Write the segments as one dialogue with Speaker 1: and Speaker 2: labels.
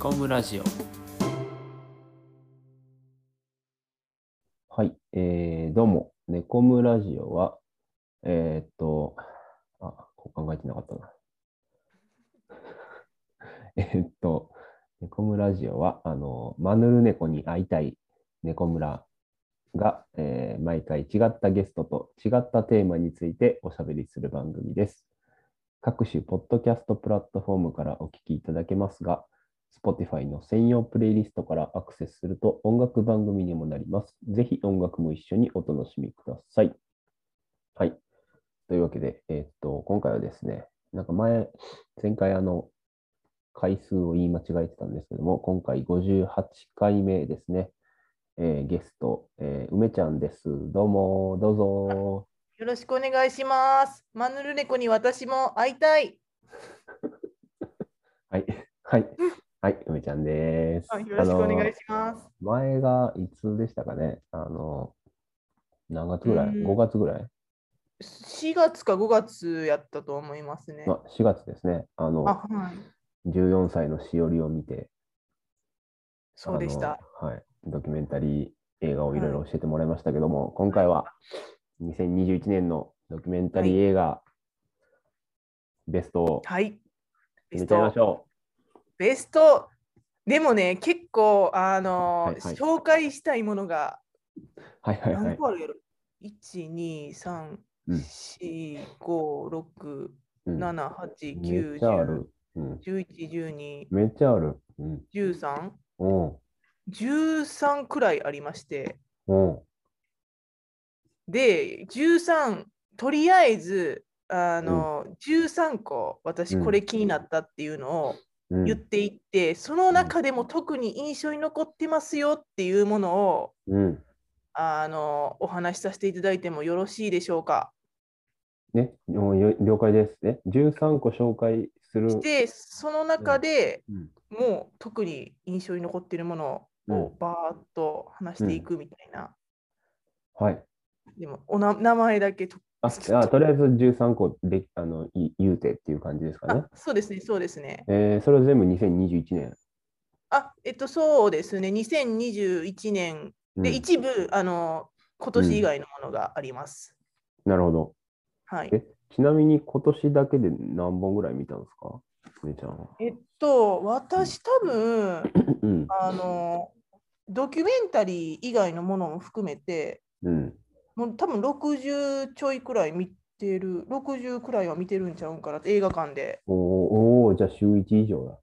Speaker 1: コムラジオ
Speaker 2: はい、えー、どうも、ネコムラジオは、えーっと、あ、こう考えてなかったな。 えーっと、ネコムラジオは、あの、マヌルネコに会いたいネコムラが、えー毎回違ったゲストと違ったテーマについておしゃべりする番組です。各種ポッドキャストプラットフォームからお聞きいただけますが、Spotify の専用プレイリストからアクセスすると音楽番組にもなります。ぜひ音楽も一緒にお楽しみください。はい。というわけで、えーっと、今回はですね、なんか前、前回あの、回数を言い間違えてたんですけども、今回58回目ですね。えーゲスト、えー梅ちゃんです。どうも、どうぞ。
Speaker 3: よろしくお願いします。マヌルネコに私も会いたい。
Speaker 2: はい。はい。はい、梅ちゃんです。
Speaker 3: はいよろしくお願いし
Speaker 2: あの
Speaker 3: ます。
Speaker 2: 前がいつでしたかねあの、何月ぐらい
Speaker 3: うん
Speaker 2: ?5 月ぐらい
Speaker 3: 4月か5月やったと思いますね。
Speaker 2: あ ?4 月ですね。あ
Speaker 3: あ、
Speaker 2: の、
Speaker 3: はい。
Speaker 2: 14歳のしおりを見て、
Speaker 3: そうでした。
Speaker 2: あのはい。ドキュメンタリー映画をいろいろ教えてもらいましたけども、今回は2021年のドキュメンタリー映画、ベストを
Speaker 3: はい。ベ
Speaker 2: 決め
Speaker 3: ス
Speaker 2: ちゃいま
Speaker 3: ト
Speaker 2: し。ょ
Speaker 3: ベスト。でもね、結構、あの、
Speaker 2: はいはい
Speaker 3: 紹介したいものが
Speaker 2: う。はいはいは
Speaker 3: 何
Speaker 2: い。
Speaker 3: 個あるやろ、?1、2、3、
Speaker 2: うん
Speaker 3: 4、5、6、
Speaker 2: うん
Speaker 3: 7、8、
Speaker 2: め
Speaker 3: 9、
Speaker 2: っちゃあ
Speaker 3: 10、
Speaker 2: る。うん、
Speaker 3: 11、12、
Speaker 2: めっちゃある。うん。
Speaker 3: 13、
Speaker 2: お
Speaker 3: 13くらいありまして。
Speaker 2: うん。うん。
Speaker 3: で、13、とりあえず、あの、13個、私
Speaker 2: うん
Speaker 3: これ気になったっていうのを
Speaker 2: うん
Speaker 3: 言っていって、その中でも特に印象に残ってますよっていうものを、
Speaker 2: うん。
Speaker 3: あの、お話しさせていただいてもよろしいでしょうか。
Speaker 2: ね、もうよ了解です。ね、13個紹介する。
Speaker 3: で、その中で
Speaker 2: うん
Speaker 3: もう特に印象に残っているもの
Speaker 2: う
Speaker 3: を
Speaker 2: ん
Speaker 3: バーッと話していくみたいな。
Speaker 2: はい。
Speaker 3: でも、おな名前だけと。
Speaker 2: あ、あとりあえず13個であのい言うてっていう感じですかね
Speaker 3: あ。そうですね、そうですね。
Speaker 2: えー、それは全部2021年。
Speaker 3: あ、えっと、そうですね、2021年
Speaker 2: うん
Speaker 3: で一部、あの、今年以外のものがあります。
Speaker 2: なるほど。
Speaker 3: はい。
Speaker 2: え、ちなみに今年だけで何本ぐらい見たんですか姉ちゃんは。
Speaker 3: えっと、私多分、
Speaker 2: うん。
Speaker 3: あの、ドキュメンタリー以外のものも含めて、
Speaker 2: うん。
Speaker 3: もう多分60ちょいくらい見てる、60くらいは見てるんちゃうんかな、映画館で。
Speaker 2: おーおー、じゃあ週1以上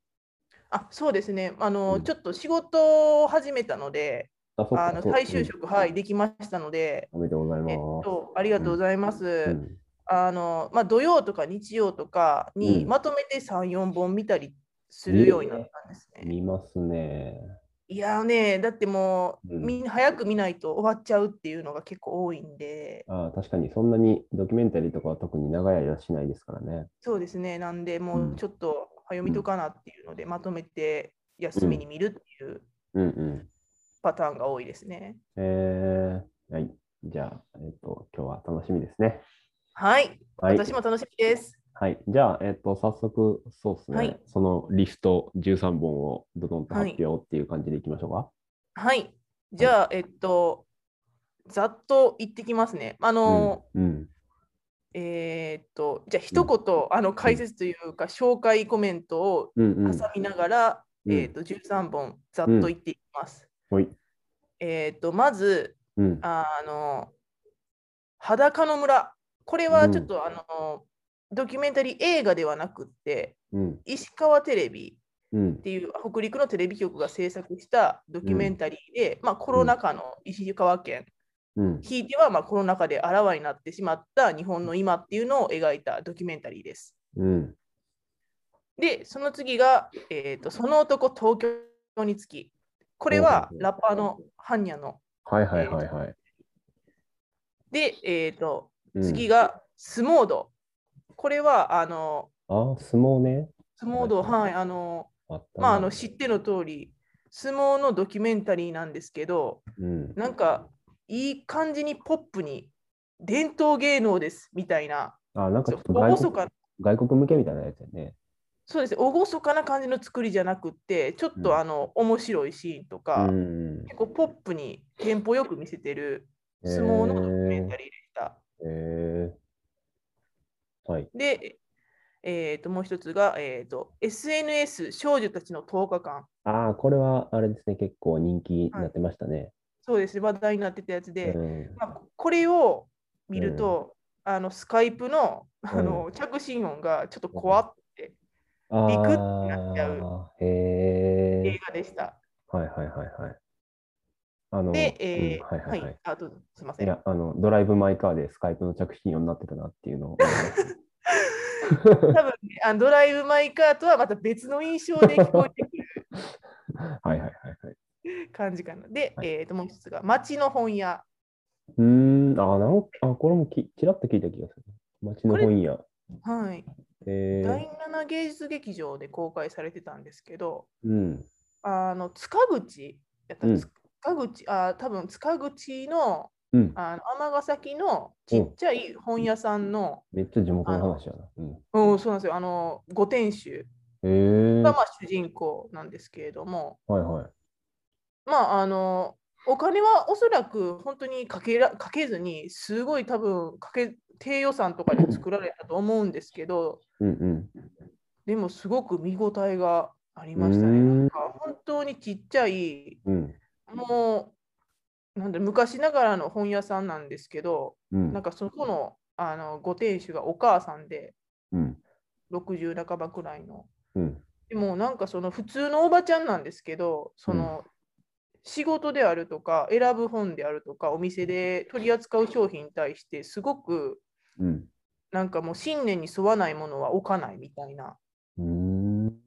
Speaker 3: あ、そうですね、あの、
Speaker 2: うん
Speaker 3: ちょっと仕事を始めたので、
Speaker 2: だ。あ、そっか
Speaker 3: あの、
Speaker 2: そう
Speaker 3: 再就職、
Speaker 2: うん
Speaker 3: はい、できましたので、
Speaker 2: おめでとうございます。
Speaker 3: えっと、ありがとうございます。
Speaker 2: うん
Speaker 3: あのまあ、土曜とか日曜とか
Speaker 2: う
Speaker 3: に
Speaker 2: ん
Speaker 3: まとめて3、4本見たりするようになったんですね。
Speaker 2: 見ますね。
Speaker 3: いやーね、だってもう、
Speaker 2: うん
Speaker 3: みんな早く見ないと終わっちゃうっていうのが結構多いんで、
Speaker 2: あー確かにそんなにドキュメンタリーとかは特に長い間しないですからね。
Speaker 3: そうですね、なんで、もうんうちょっと早見とかなっていうので、まとめて休みに見るっていう
Speaker 2: うんうん。
Speaker 3: パターンが多いですね。
Speaker 2: えー、はい。じゃあ、えっと、今日は楽しみですね。
Speaker 3: はい、
Speaker 2: はい。
Speaker 3: 私も楽しみです。
Speaker 2: はい。じゃあ、えっと、早速、そうですね、
Speaker 3: はい
Speaker 2: そのリスト13本をどどんと発表っていう感じでいきましょうか。
Speaker 3: はい、じゃあ、えっと、ざっと言ってきますね。あの、
Speaker 2: うん。うん。
Speaker 3: えーっと、じゃあ一言、あの解説というか、紹介コメントを
Speaker 2: うんうん。
Speaker 3: 挟みながら、
Speaker 2: うん
Speaker 3: えーっと、13本、ざっと言っていきます。
Speaker 2: ほい。
Speaker 3: えーっと、まず、
Speaker 2: うん。
Speaker 3: あの、裸の村。これはちょっと、あの、ドキュメンタリー映画ではなくって、
Speaker 2: うん。
Speaker 3: 石川テレビ
Speaker 2: うん
Speaker 3: っ。ていう北陸のテレビ局が制作したドキュメンタリーで、まあ、コロナ禍の石川県、
Speaker 2: うん。
Speaker 3: ひいては、まあ、コロナ禍であらわになってしまった日本の今っていうのを描いたドキュメンタリーです。
Speaker 2: うん。
Speaker 3: で、その次が、えー、とその男東京につき。これは
Speaker 2: うん
Speaker 3: ラッパーのハンニャの。
Speaker 2: はいはいはいはい。
Speaker 3: で、えー、と
Speaker 2: うん、
Speaker 3: 次がスモード。これはあの
Speaker 2: あ、相撲ね。
Speaker 3: スモー
Speaker 2: は
Speaker 3: ド、はいい、あの、
Speaker 2: あったな
Speaker 3: まあ、あの知っての通り、相撲のドキュメンタリーなんですけど、
Speaker 2: うん。
Speaker 3: なんかいい感じにポップに伝統芸能ですみたいな、
Speaker 2: あ、なんかちょっと
Speaker 3: お
Speaker 2: 外
Speaker 3: そ
Speaker 2: 国
Speaker 3: か
Speaker 2: 外国向けみたいなやつやね。
Speaker 3: そうですね厳かな感じの作りじゃなくってちょっ
Speaker 2: うん
Speaker 3: とあの、面白いシーンとか、
Speaker 2: うん
Speaker 3: 結構ポップにテンポよく見せてる相撲のドキュメンタリーでした。
Speaker 2: えーえーはい。
Speaker 3: で、えー、ともう一つが、えー、と SNS 少女たちの10日間。
Speaker 2: ああ、これはあれですね、結構人気になってましたね。
Speaker 3: そうですね話題になってたやつで、
Speaker 2: うん
Speaker 3: まあ、これを見ると、あのスカイプのあの、着信音がちょっと怖っ
Speaker 2: あ
Speaker 3: ビクッてなっちゃう
Speaker 2: あーへ
Speaker 3: 映
Speaker 2: え。
Speaker 3: 画でした。
Speaker 2: はいはいはいはい。あの、
Speaker 3: で、え
Speaker 2: うんは
Speaker 3: ー
Speaker 2: いはいはい。い、
Speaker 3: あどうぞすみません。
Speaker 2: や、あの、ドライブ・マイ・カーでスカイプの着信音になってたなっていうの を思います。
Speaker 3: 多分、ね、あのドライブ・マイ・カーとはまた別の印象で聞こえてく
Speaker 2: はいはいはいはい。
Speaker 3: る感じかな。で、
Speaker 2: はい
Speaker 3: えー、ともう一つが街の本屋。
Speaker 2: うーん、あ、なんあこれもきちらっと聞いた気がする。街の本屋。
Speaker 3: はい、
Speaker 2: えー
Speaker 3: 第7芸術劇場で公開されてたんですけど、
Speaker 2: うん。
Speaker 3: あの塚口やった、
Speaker 2: うん
Speaker 3: 塚口あ多分塚口の
Speaker 2: うん。
Speaker 3: あの尼崎のちっちゃい本屋さんの、
Speaker 2: めっちゃ地元の話やな。うん。
Speaker 3: うん、そうなんですよあの御店主
Speaker 2: え
Speaker 3: が
Speaker 2: ー、
Speaker 3: まあ主人公なんですけれども、
Speaker 2: はいはい。
Speaker 3: まああのお金はおそらく本当にかけらかけずにすごい多分かけ低予算とかで作られたと思うんですけど
Speaker 2: うんうん。
Speaker 3: でもすごく見応えがありましたね。
Speaker 2: うーん
Speaker 3: なんか本当にちっちゃい
Speaker 2: うん。
Speaker 3: もうなんで昔ながらの本屋さんなんですけど
Speaker 2: うん。
Speaker 3: なんかそこのあのご店主がお母さんで
Speaker 2: うん。
Speaker 3: 60半ばくらいの。
Speaker 2: うん。
Speaker 3: でもなんかその普通のおばちゃんなんですけどその仕事であるとか選ぶ本であるとかお店で取り扱う商品に対してすごく
Speaker 2: うん。
Speaker 3: なんかもう信念に沿わないものは置かないみたいな
Speaker 2: うーん。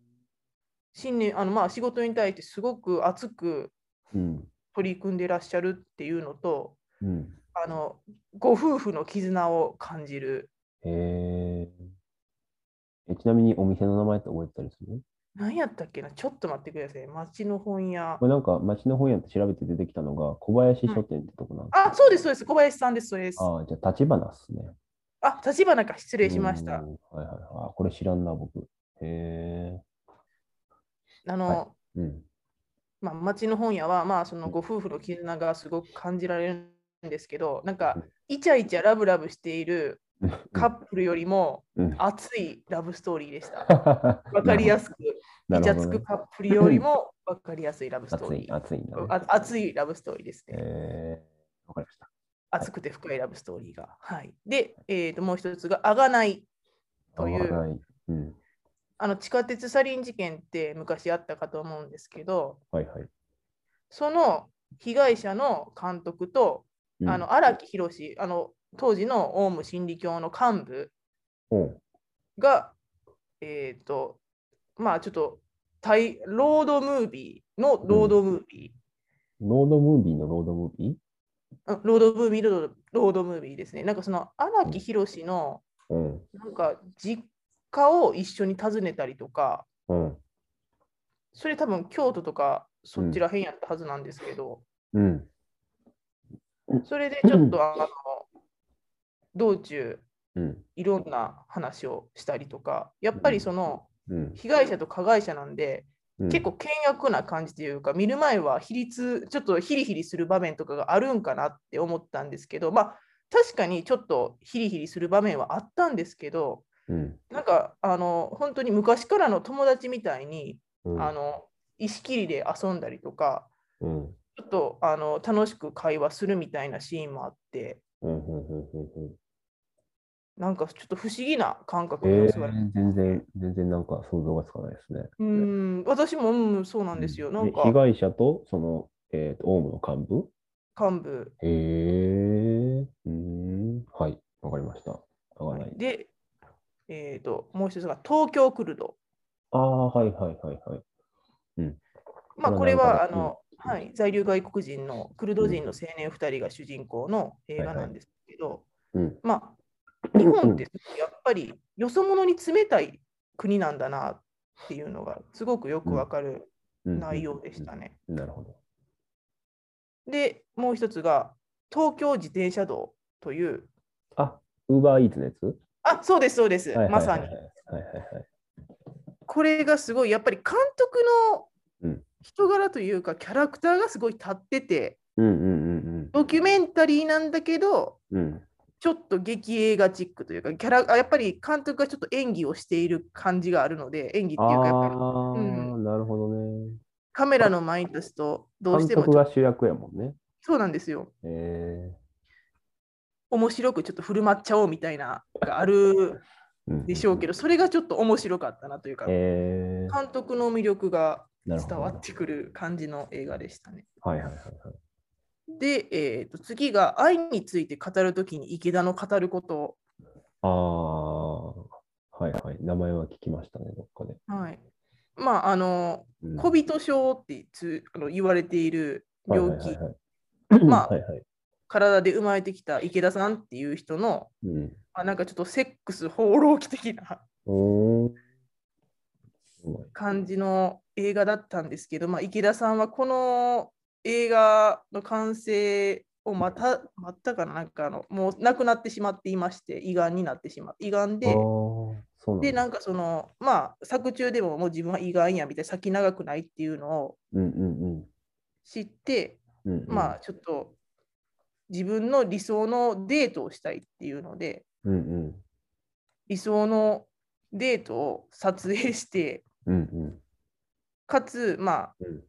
Speaker 3: 信念あのまあ仕事に対してすごく熱く
Speaker 2: うん。
Speaker 3: 取り組んでらっしゃるっていうのと
Speaker 2: うん。
Speaker 3: あのご夫婦の絆を感じる
Speaker 2: へーえ。ちなみにお店の名前って覚えてたりする
Speaker 3: 何やったっけなちょっと待ってください町の本屋
Speaker 2: これなんか町の本屋って調べて出てきたのが小林書店ってとこなんです、
Speaker 3: あそうですそうです小林さんですそうです
Speaker 2: ああ、じゃあ立花っすね。
Speaker 3: あ立花か失礼しまし
Speaker 2: う
Speaker 3: た
Speaker 2: んはいはいはい。あこれ知らんな、僕。へえ。
Speaker 3: あの、
Speaker 2: はうん。
Speaker 3: まあ、町の本屋は、まあ、その
Speaker 2: うん
Speaker 3: ご夫婦の絆がすごく感じられるんですけど、なん
Speaker 2: う
Speaker 3: か
Speaker 2: ん、
Speaker 3: イチャイチャラブラブしている カップルよりも
Speaker 2: うんうん
Speaker 3: 熱いラブストーリーでし た。
Speaker 2: わ
Speaker 3: わかりやすく、イチャつ
Speaker 2: ね
Speaker 3: くカップルよりもわかりやすいラブストー
Speaker 2: 熱
Speaker 3: リ
Speaker 2: い、
Speaker 3: ー。
Speaker 2: 熱いんだ、ね。
Speaker 3: あ熱いラブストーリーです
Speaker 2: へ
Speaker 3: ね。
Speaker 2: え。わかりました。
Speaker 3: 熱くて深いラブストーリーが。はい、で、えーと、もう一つが、あがない。という
Speaker 2: あはい。うん。
Speaker 3: あの地下鉄サリン事件って昔あったかと思うんですけど、
Speaker 2: はいはい。
Speaker 3: その被害者の監督と
Speaker 2: うん
Speaker 3: あ、の荒木宏あの当時のオウム真理教の幹部
Speaker 2: うん
Speaker 3: が、えーとまあ、ちょっと対ロードムービーのロードムービ
Speaker 2: ロードムービーのロードムービー
Speaker 3: ー、あロードムービーのロードロードムービーですね。なんかその荒木宏の
Speaker 2: うん。
Speaker 3: なんか実家を一緒に訪ねたりとか、
Speaker 2: うん。
Speaker 3: それ多分京都とかそっちらへんやったはずなんですけど、
Speaker 2: うん。
Speaker 3: それでちょっとあの道中
Speaker 2: うん。
Speaker 3: いろんな話をしたりとか、やっぱりその
Speaker 2: うん。
Speaker 3: 被害者と加害者なんで、
Speaker 2: うん
Speaker 3: 結構、険悪な感じというか、見る前は比率、ちょっとヒリヒリする場面とかがあるんかなって思ったんですけど、まあ、確かにちょっとヒリヒリする場面はあったんですけど、
Speaker 2: うん。
Speaker 3: なんか、あの、本当に昔からの友達みたいに、
Speaker 2: うん
Speaker 3: あの、石切りで遊んだりとか、
Speaker 2: うん。
Speaker 3: ちょっとあの楽しく会話するみたいなシーンもあって、
Speaker 2: うんうんうんうんうん
Speaker 3: なんかちょっと不思議な感覚
Speaker 2: え
Speaker 3: に襲われて、
Speaker 2: ー、全然、全然なんか想像がつかないですね。
Speaker 3: うん、私も、うん、そうなんですよ。なんか
Speaker 2: 被害者と、その、えーと、オウムの幹部
Speaker 3: 幹部
Speaker 2: へえ。うーん。はい。わかりました。合わない。
Speaker 3: で、えー、ともう一つが東京クルド。
Speaker 2: ああ、はいはいはいはい。
Speaker 3: まあ、
Speaker 2: こ
Speaker 3: こ
Speaker 2: れ
Speaker 3: れ
Speaker 2: は
Speaker 3: は
Speaker 2: な
Speaker 3: あ
Speaker 2: んか
Speaker 3: の、
Speaker 2: うん
Speaker 3: はい、在留外国人のクルド人の青年2人が主人公の映画なんですけど、
Speaker 2: うん。
Speaker 3: まあ、日本ってすごくやっぱりよそ者に冷たい国なんだなっていうのがすごくよくわかる
Speaker 2: うん
Speaker 3: 内容でした。ね。
Speaker 2: うんなるほど。
Speaker 3: で、もう一つが東京自転車道という、
Speaker 2: あ、ウーバーイーツのやつ
Speaker 3: あそうです、そうです、まさに。
Speaker 2: はいはいはい。
Speaker 3: ここれがすごいやっぱり監督
Speaker 2: う
Speaker 3: の
Speaker 2: ん
Speaker 3: 人柄というかキャラクターがすごい立ってて
Speaker 2: うんうん
Speaker 3: ドキュメンタリーなんだけど
Speaker 2: うんうん。うん
Speaker 3: ちょっと劇映画チックというかキャラあやっぱり監督がちょっと演技をしている感じがあるので演技って
Speaker 2: あ
Speaker 3: いうかやっぱり
Speaker 2: あ
Speaker 3: う
Speaker 2: ー、なるほどね。
Speaker 3: カメラの前に立つとどう
Speaker 2: 監
Speaker 3: しても
Speaker 2: 督
Speaker 3: ちょ
Speaker 2: が主役やもんね。
Speaker 3: そうなんですよ
Speaker 2: ええ
Speaker 3: 面白くちょっと振る舞っちゃおうみたいなのがある
Speaker 2: うん
Speaker 3: でしょうけどそれがちょっと面白かったなというか監
Speaker 2: ええ
Speaker 3: 督の魅力が
Speaker 2: なるほど。
Speaker 3: 伝わってくる感じの映画でしたね。
Speaker 2: はいはいはい
Speaker 3: で、えー、と次が愛について語るときに池田の語ること、
Speaker 2: はい。ああ、はいはい。名前は聞きましたね、どっかで。
Speaker 3: はい、まああの
Speaker 2: うん
Speaker 3: 小人症ってつあの言われている病気、
Speaker 2: はいはいはいはい、
Speaker 3: まあ
Speaker 2: はいはい。
Speaker 3: 体で生まれてきた池田さんっていう人の、
Speaker 2: うん。
Speaker 3: まあ、なんかちょっとセックス放浪記的な
Speaker 2: おーすごい。
Speaker 3: 感じの映画だったんですけど、まあ、池田さんはこの映画の完成をまた待ったかななんかあのもう亡くなってしまっていまして胃がんになってしまって胃がん
Speaker 2: ああ
Speaker 3: で。
Speaker 2: そうなんだ
Speaker 3: でなんかそのまあ作中でももう自分は胃がんやみたいな先長くないっていうのを
Speaker 2: うんうん
Speaker 3: 知って、
Speaker 2: うんうんうん。
Speaker 3: まあちょっと自分の理想のデートをしたいっていうので
Speaker 2: うんうん
Speaker 3: 理想のデートを撮影して
Speaker 2: うんうん
Speaker 3: かつまあ
Speaker 2: うん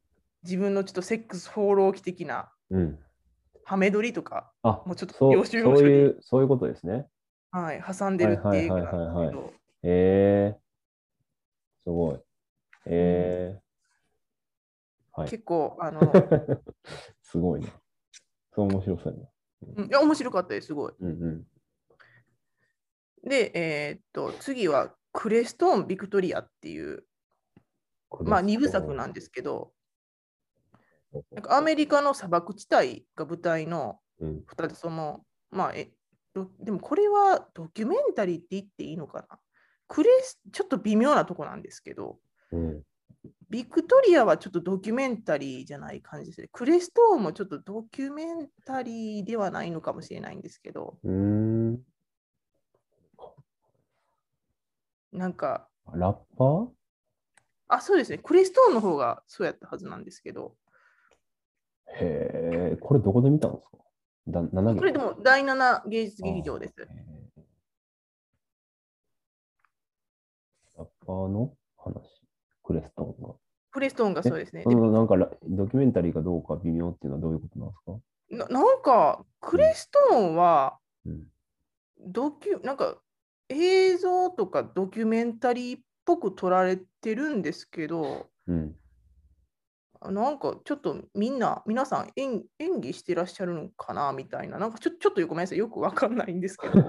Speaker 3: 自分のちょっとセックス放浪記的な
Speaker 2: うん。
Speaker 3: ハメ撮りとか、
Speaker 2: あ
Speaker 3: もうちょっと
Speaker 2: そう
Speaker 3: 領
Speaker 2: そ
Speaker 3: 収
Speaker 2: う
Speaker 3: 書
Speaker 2: い
Speaker 3: に
Speaker 2: う、そういうことですね。
Speaker 3: はい、挟んでるっていうか
Speaker 2: はいはいはいはいはい
Speaker 3: なんですけど
Speaker 2: ええすごい。えはい
Speaker 3: 結構あの、
Speaker 2: えすごいな。そう面白そうやな。
Speaker 3: うんいや面白かったですすごい。
Speaker 2: うんうん。
Speaker 3: で、えーっと次はクレストーン・ビクトリアっていうまあ、二部作なんですけど、なんかアメリカの砂漠地帯が舞台の
Speaker 2: うん
Speaker 3: 2つとも、まあえどでもこれはドキュメンタリーって言っていいのかなクレスちょっと微妙なとこなんですけど、
Speaker 2: うん。
Speaker 3: ビクトリアはちょっとドキュメンタリーじゃない感じですね。クレストーンもちょっとドキュメンタリーではないのかもしれないんですけど、
Speaker 2: うーん。
Speaker 3: なんか、
Speaker 2: ラッパー
Speaker 3: あ、そうですね、クレストーンの方がそうやったはずなんですけど、
Speaker 2: へえ、これどこで見たんですかだ ?7
Speaker 3: これでも第7芸術劇場です。
Speaker 2: ラッパーの話、クレストンが。
Speaker 3: クレストーンがそうですね。
Speaker 2: そのなんかラドキュメンタリーかどうか微妙っていうのはどういうことなんですか
Speaker 3: ななんかクレストーンは
Speaker 2: うん
Speaker 3: ドキュ、なんか映像とかドキュメンタリーっぽく撮られてるんですけど
Speaker 2: うん。
Speaker 3: なんかちょっとみんな皆さん演演技してらっしゃるのかなみたいななんかちょちょっとごめんなさいよくわかんないんで すけど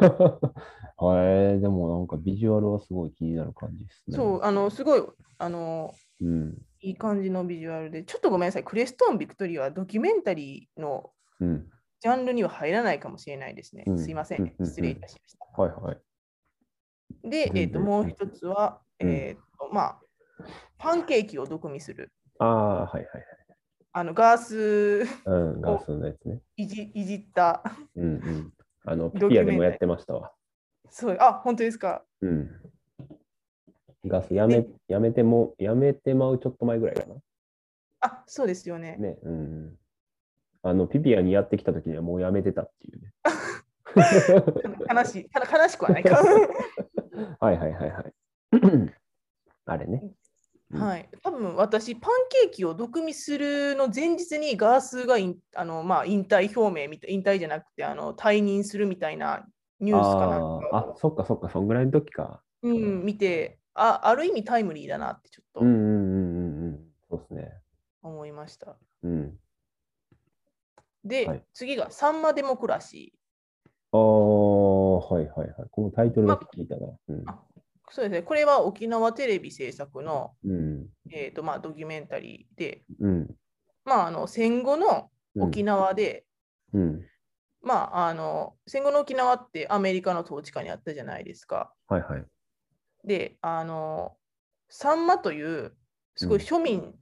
Speaker 2: はい、でもなんかビジュアルはすごい気になる感じですね。
Speaker 3: そうあのすごいあの
Speaker 2: うん。
Speaker 3: いい感じのビジュアルでちょっとごめんなさいクレストーン・ビクトリアはドキュメンタリーの
Speaker 2: うん。
Speaker 3: ジャンルには入らないかもしれないですね、
Speaker 2: うん
Speaker 3: すいません、ね
Speaker 2: うんうんうん
Speaker 3: 失礼いたしました
Speaker 2: はいはい。
Speaker 3: で
Speaker 2: 全、然
Speaker 3: えー、ともう一つは、
Speaker 2: うん
Speaker 3: えーとまあ、パンケーキを毒味する
Speaker 2: ああ、はいはい。
Speaker 3: あのガース
Speaker 2: うん、ガースのやつね。
Speaker 3: いじいじった
Speaker 2: うんうん。あの、ピ
Speaker 3: ドキ
Speaker 2: ピア
Speaker 3: ュ
Speaker 2: で
Speaker 3: メンタリー
Speaker 2: もやってましたわ。
Speaker 3: そうあ本当ですか
Speaker 2: うん。ガスやめ
Speaker 3: で
Speaker 2: やめても、やめてまうちょっと前ぐらいかな。
Speaker 3: あそうですよね
Speaker 2: ね。うん。あの、ピピアにやってきた時にはもうやめてたって いうね。
Speaker 3: 悲しい悲悲しくはないか
Speaker 2: はいはいはい はい。あれね。うん
Speaker 3: はい多分私パンケーキを毒味するの前日にガースがいんあの、まあ、引退表明みたい引退じゃなくてあの退任するみたいなニュースかなん
Speaker 2: あ
Speaker 3: か
Speaker 2: ーあ、そっかそっか、そんぐらいの時か。
Speaker 3: うん、見てあある意味タイムリーだなってちょ
Speaker 2: うんう
Speaker 3: っと
Speaker 2: んうんうんうん。そうですね。
Speaker 3: 思いました、
Speaker 2: うん。
Speaker 3: で、
Speaker 2: はい
Speaker 3: 次が「サンマデモクラシー」
Speaker 2: ああ、はいはいはい。このタイトルだけ聞いたな。うん
Speaker 3: あそうですね、これは沖縄テレビ制作の、
Speaker 2: うん。
Speaker 3: えーとまあ、ドキュメンタリーで、
Speaker 2: うん。
Speaker 3: まあ、あの戦後の
Speaker 2: うん
Speaker 3: 沖縄で、
Speaker 2: うん。
Speaker 3: まあ、あの戦後の沖縄ってアメリカの統治下にあったじゃないですか。
Speaker 2: はいはい。
Speaker 3: で、あのサンマというすごい
Speaker 2: うん
Speaker 3: 庶民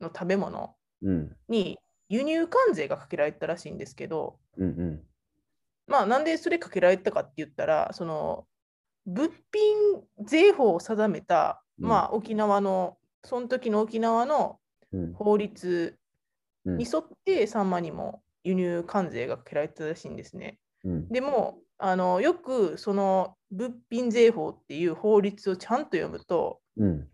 Speaker 3: の食べ物
Speaker 2: うん。
Speaker 3: に輸入関税がかけられてたらしいんですけど、
Speaker 2: うんうん。
Speaker 3: まあ、なんでそれかけられたかって言ったらその物品税法を定めた
Speaker 2: うん
Speaker 3: まあ沖縄のその時の沖縄の
Speaker 2: うん
Speaker 3: 法律
Speaker 2: うん
Speaker 3: に沿ってサンマにも輸入関税がかけられてたらしいんですね。
Speaker 2: うん
Speaker 3: でもあのよくその物品税法っていう法律をちゃんと読むと、
Speaker 2: うん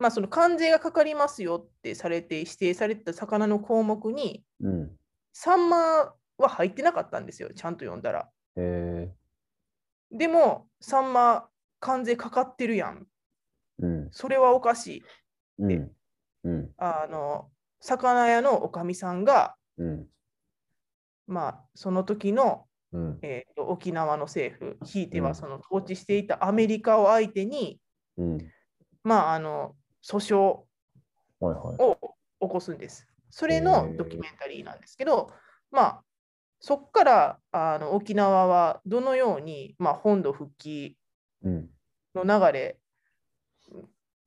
Speaker 3: まあ、その関税がかかりますよってされて指定されてた魚の項目に
Speaker 2: うん
Speaker 3: サンマは入ってなかったんですよちゃんと読んだら。
Speaker 2: え
Speaker 3: でもサンマ関税かかってるやん
Speaker 2: ーうん
Speaker 3: それはおかしい。
Speaker 2: うんうん
Speaker 3: あの魚屋のおかみさんが、
Speaker 2: うん
Speaker 3: まあ、その時の、
Speaker 2: うん
Speaker 3: えーと沖縄の政府ひいて
Speaker 2: う
Speaker 3: は
Speaker 2: ん
Speaker 3: その統治していたアメリカを相手に、
Speaker 2: うん
Speaker 3: まあ、あの訴訟を
Speaker 2: はいはい
Speaker 3: 起こすんです。それの
Speaker 2: へー
Speaker 3: ドキュメンタリーなんですけど、まあ、そこからあの沖縄はどのように、まあ、本土復帰
Speaker 2: うん
Speaker 3: の流れ、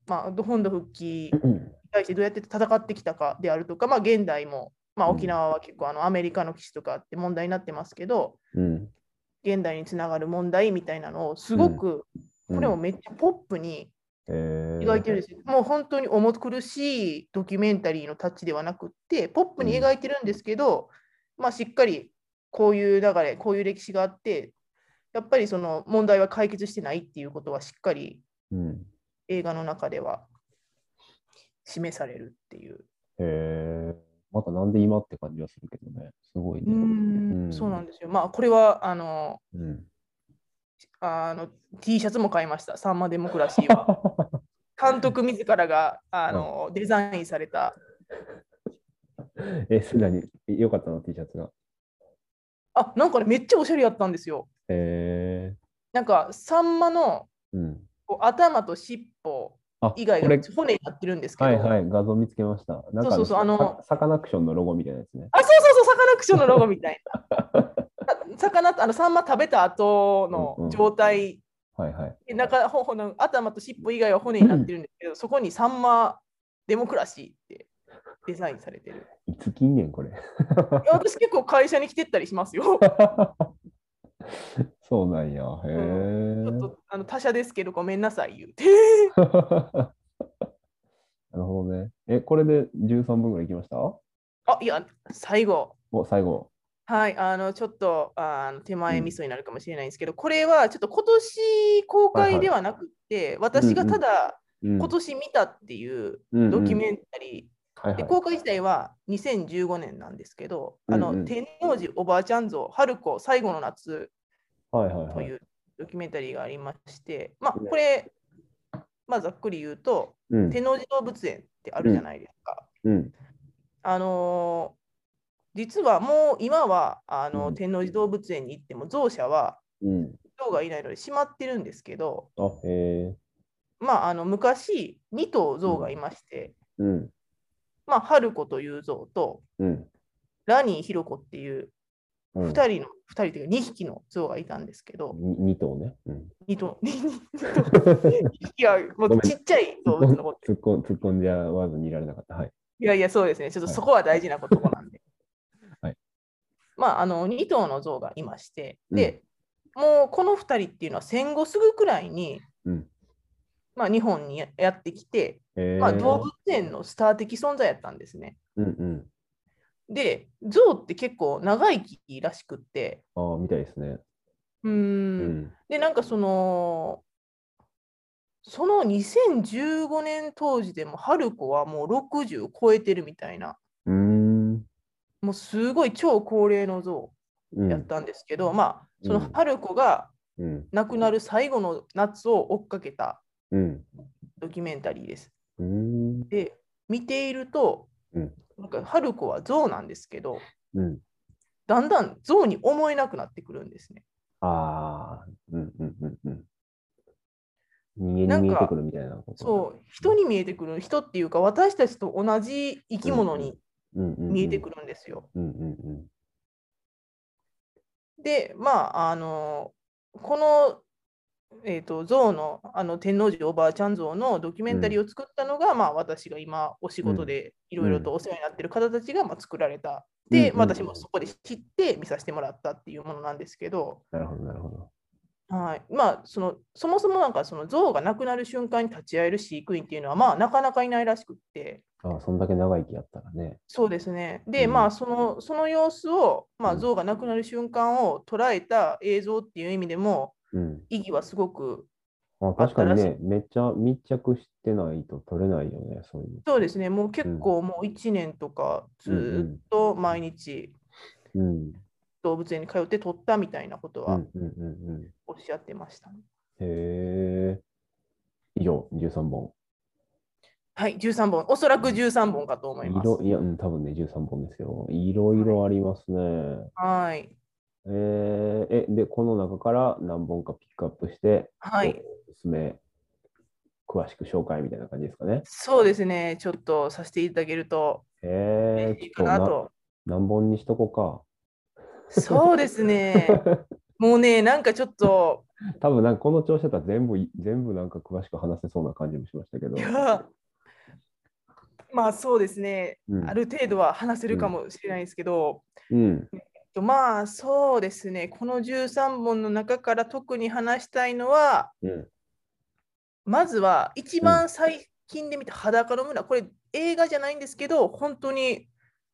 Speaker 3: まあ、本土復帰
Speaker 2: うん
Speaker 3: に対してどうやって戦ってきたかであるとか、まあ、現代も、まあ、
Speaker 2: うん
Speaker 3: 沖縄は結構あのアメリカの基地とかって問題になってますけど、
Speaker 2: うん
Speaker 3: 現代につながる問題みたいなのをすごく、
Speaker 2: うん
Speaker 3: これもめっちゃポップに
Speaker 2: えー
Speaker 3: 描いてるんですよ。もう本当に重苦しいドキュメンタリーのタッチではなくって、ポップに描いてるんですけど、まあ、しっかりこういう流れ、こういう歴史があって、やっぱりその問題は解決してないっていうことはしっかり
Speaker 2: うん
Speaker 3: 映画の中では示されるっていう。
Speaker 2: へえまたなんで今って感じはするけどねすごいね
Speaker 3: うー
Speaker 2: うんん
Speaker 3: そうなんですよ。まあ、これはあの
Speaker 2: うん
Speaker 3: あの T シャツも買いました、サンマデモクラシーは。 監督自らがあの、デザインされた。
Speaker 2: え、それ何よかったの ?T シャツが。
Speaker 3: あなんかね、めっちゃおしゃれやったんですよ。
Speaker 2: へえ
Speaker 3: なんか、サンマの
Speaker 2: うん。
Speaker 3: こう頭と尻尾
Speaker 2: あ、
Speaker 3: 以外
Speaker 2: こ
Speaker 3: が
Speaker 2: れ、
Speaker 3: 骨になってるんですけど、
Speaker 2: はいはい、画像見つけました。なんか
Speaker 3: そうそうそうあの
Speaker 2: さサカナクションのロゴみたいなやつね。
Speaker 3: あ、そうそうそう、サカナクションのロゴみたい な。魚あのサンマ食べた後
Speaker 2: うんう
Speaker 3: の
Speaker 2: ん
Speaker 3: 状態、
Speaker 2: はいはい。
Speaker 3: で中ほほの頭と尻尾以外は骨になってるんですけど、そこにサンマデモクラシーってデザインされて る。
Speaker 2: いつ近年これ。
Speaker 3: いや私結構会社に来てったりしますよ。
Speaker 2: そうなんや。へ
Speaker 3: ちょっ
Speaker 2: え。
Speaker 3: とあの他社ですけどごめんなさい言うて。
Speaker 2: なるほどね。え、これで13分ぐらいいきました
Speaker 3: あいや最後
Speaker 2: お、最後。
Speaker 3: はいあのちょっとあの手前味噌になるかもしれないんですけど、これはちょっと今年公開ではなくて、私がただ
Speaker 2: うん
Speaker 3: 今年見たっていうド
Speaker 2: ド
Speaker 3: キュ
Speaker 2: ン
Speaker 3: メンタリー、
Speaker 2: はいはい
Speaker 3: で公開自体は2015年なんですけど、あ
Speaker 2: うんう
Speaker 3: の
Speaker 2: ん
Speaker 3: 天王寺おばあちゃん像春子最後の夏
Speaker 2: はいはい
Speaker 3: と
Speaker 2: はいい。
Speaker 3: うドキュメンタリーがありまして、まあ
Speaker 2: うん
Speaker 3: これ、まあ、ざっくり言うと
Speaker 2: うん
Speaker 3: 天王寺動物園ってあるじゃないですか。
Speaker 2: うん
Speaker 3: あのー実はもう今はあの、
Speaker 2: うん
Speaker 3: 天王寺動物園に行ってもゾウ舎は
Speaker 2: うん。
Speaker 3: ゾウがいないので閉まってるんですけど、
Speaker 2: あ、へえ。
Speaker 3: まあ、あの昔2頭ゾウがいまして、
Speaker 2: うん
Speaker 3: まあ、春子というゾウと
Speaker 2: うん
Speaker 3: ラニーひろ子っていう
Speaker 2: うん。
Speaker 3: 2人の、2人というか2匹のゾウがいたんですけど、
Speaker 2: に2頭ね。うん
Speaker 3: 2頭、2 匹はもうちっちゃい動物のこと。
Speaker 2: 突っ込ん突っ込んじゃわずにいられなかった。はい。
Speaker 3: いやいや、そうですね。ちょっとそこは大事なことなんで。
Speaker 2: はい
Speaker 3: まあ、あの、2頭の像がいまして、で、もうこの2人っていうのは戦後すぐくらいに、
Speaker 2: うん
Speaker 3: まあ、日本にややってきて、
Speaker 2: え
Speaker 3: まあ、動物園のスター的存在やったんですね。
Speaker 2: うんうん。
Speaker 3: で、象って結構長生きらしくって、
Speaker 2: ああ、みたいですね。
Speaker 3: う
Speaker 2: う
Speaker 3: ー、
Speaker 2: んん。
Speaker 3: で、なんかその、その2015年当時でも、春子はもう60超えてるみたいな、
Speaker 2: うーん。
Speaker 3: もうすごい超高齢の象
Speaker 2: う
Speaker 3: やっ
Speaker 2: ん。
Speaker 3: たんですけど、まあ、その
Speaker 2: うん
Speaker 3: 春子が
Speaker 2: うん。
Speaker 3: 亡くなる最後の夏を追っかけた
Speaker 2: うん。
Speaker 3: ドキュメンタリーです。
Speaker 2: うん。
Speaker 3: で、見ていると、
Speaker 2: うん
Speaker 3: なんか春子は象なんですけど、
Speaker 2: うん。
Speaker 3: だんだん象に思えなくなってくるんですね。
Speaker 2: ああ。うんうんうんうん。人間
Speaker 3: な
Speaker 2: に見
Speaker 3: んか
Speaker 2: えてくるみたいなこと。
Speaker 3: そう、人に見えてくる、人っていうか、私たちと同じ生き物に
Speaker 2: う。うんうん、うん。
Speaker 3: 見えてくるんですよ。
Speaker 2: うんうんうん。
Speaker 3: で、まあ、あの、この、えー、と象のあの天王寺おばあちゃん像のドキュメンタリーを作ったのが、まあ、私が今お仕事でいろいろとお世話になってる方たちが、まあ、作られた。で、
Speaker 2: うんうん
Speaker 3: 私もそこで知って見させてもらったっていうものなんですけど、
Speaker 2: なるほど、なるほど。
Speaker 3: はいまあ、そのそもそもなんかその象が亡くなる瞬間に立ち会える飼育員っていうのはまあなかなかいないらしくって
Speaker 2: ああそんだけ長生きやったらね。
Speaker 3: そうですね
Speaker 2: う
Speaker 3: で、
Speaker 2: ん
Speaker 3: まあそのその様子を、ま
Speaker 2: う
Speaker 3: あ、
Speaker 2: ん
Speaker 3: 象が亡くなる瞬間を捉えた映像っていう意味でも
Speaker 2: うん。
Speaker 3: 意義はすごく
Speaker 2: あ確かに
Speaker 3: あっ
Speaker 2: ね、めっちゃ密着してないと撮れないよね、そういう
Speaker 3: そうですねもう結構もう1年とかずっと毎日
Speaker 2: の。うん。
Speaker 3: 動物園に通って撮ったみたいなこと
Speaker 2: うん
Speaker 3: は
Speaker 2: うんうんうん。
Speaker 3: おっしゃってましたね、
Speaker 2: へえ。以上、13本。
Speaker 3: はい13本おそらく13本かと思います
Speaker 2: 色いや、うん、多分ね、13本ですよ。いろいろありますね。
Speaker 3: はい
Speaker 2: えーえ、で、この中から何本かピックアップして、
Speaker 3: はい、
Speaker 2: おすすめ、詳しく紹介みたいな感じですかね。
Speaker 3: そうですねちょっとさせていただけると
Speaker 2: えー、
Speaker 3: 嬉
Speaker 2: ち
Speaker 3: しいか
Speaker 2: ょっ
Speaker 3: な
Speaker 2: と
Speaker 3: と
Speaker 2: な何本にしとこ
Speaker 3: そうで すね。もうね、なんかちょっと、
Speaker 2: うか。多分なんかこの調子だったら全部い、全部なんか詳しく話せそうな感じもしましたけど
Speaker 3: い。やまあそうですね、
Speaker 2: うん
Speaker 3: ある程度は話せるかもしれないですけど、
Speaker 2: うん。
Speaker 3: とまあそうですね、この13本の中から特に話したいのは、
Speaker 2: うん。
Speaker 3: まずは一番最近で見た裸の村、これ映画じゃないんですけど、本当に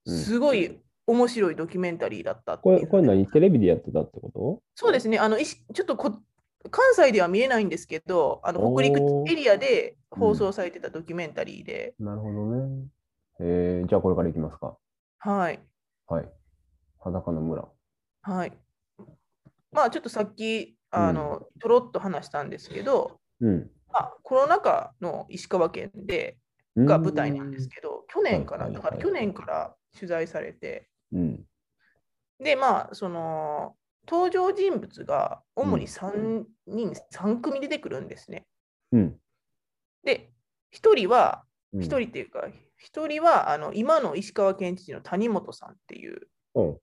Speaker 3: すごい面白いドキュメンタリーだったって
Speaker 2: こ
Speaker 3: いう
Speaker 2: れ、これ何テレビでやってたってこと
Speaker 3: そうですね、あのいしちょっとこ関西では見えないんですけど、あの
Speaker 2: お
Speaker 3: 北陸
Speaker 2: ー
Speaker 3: エリアで放送されてたドキュメンタリーで、
Speaker 2: なるほどね。えー、じゃあこれからいきますか。
Speaker 3: はい、
Speaker 2: はい。裸の村。
Speaker 3: はい。まあちょっとさっき、あの、ちょろっと話したんですけど、
Speaker 2: うん。
Speaker 3: まあ、コロナ禍の石川県でが舞台なんですけど、去年か
Speaker 2: は
Speaker 3: ら、
Speaker 2: いはい
Speaker 3: だ
Speaker 2: はい
Speaker 3: から去年から取材されて、
Speaker 2: うん。
Speaker 3: で、まあ、その、登場人物が主に3人、3組出てくるんですね。
Speaker 2: うん。
Speaker 3: で、1人は、
Speaker 2: うん。
Speaker 3: 一人っていうか、一人はあの今の石川県知事の谷本さんっていう
Speaker 2: うん。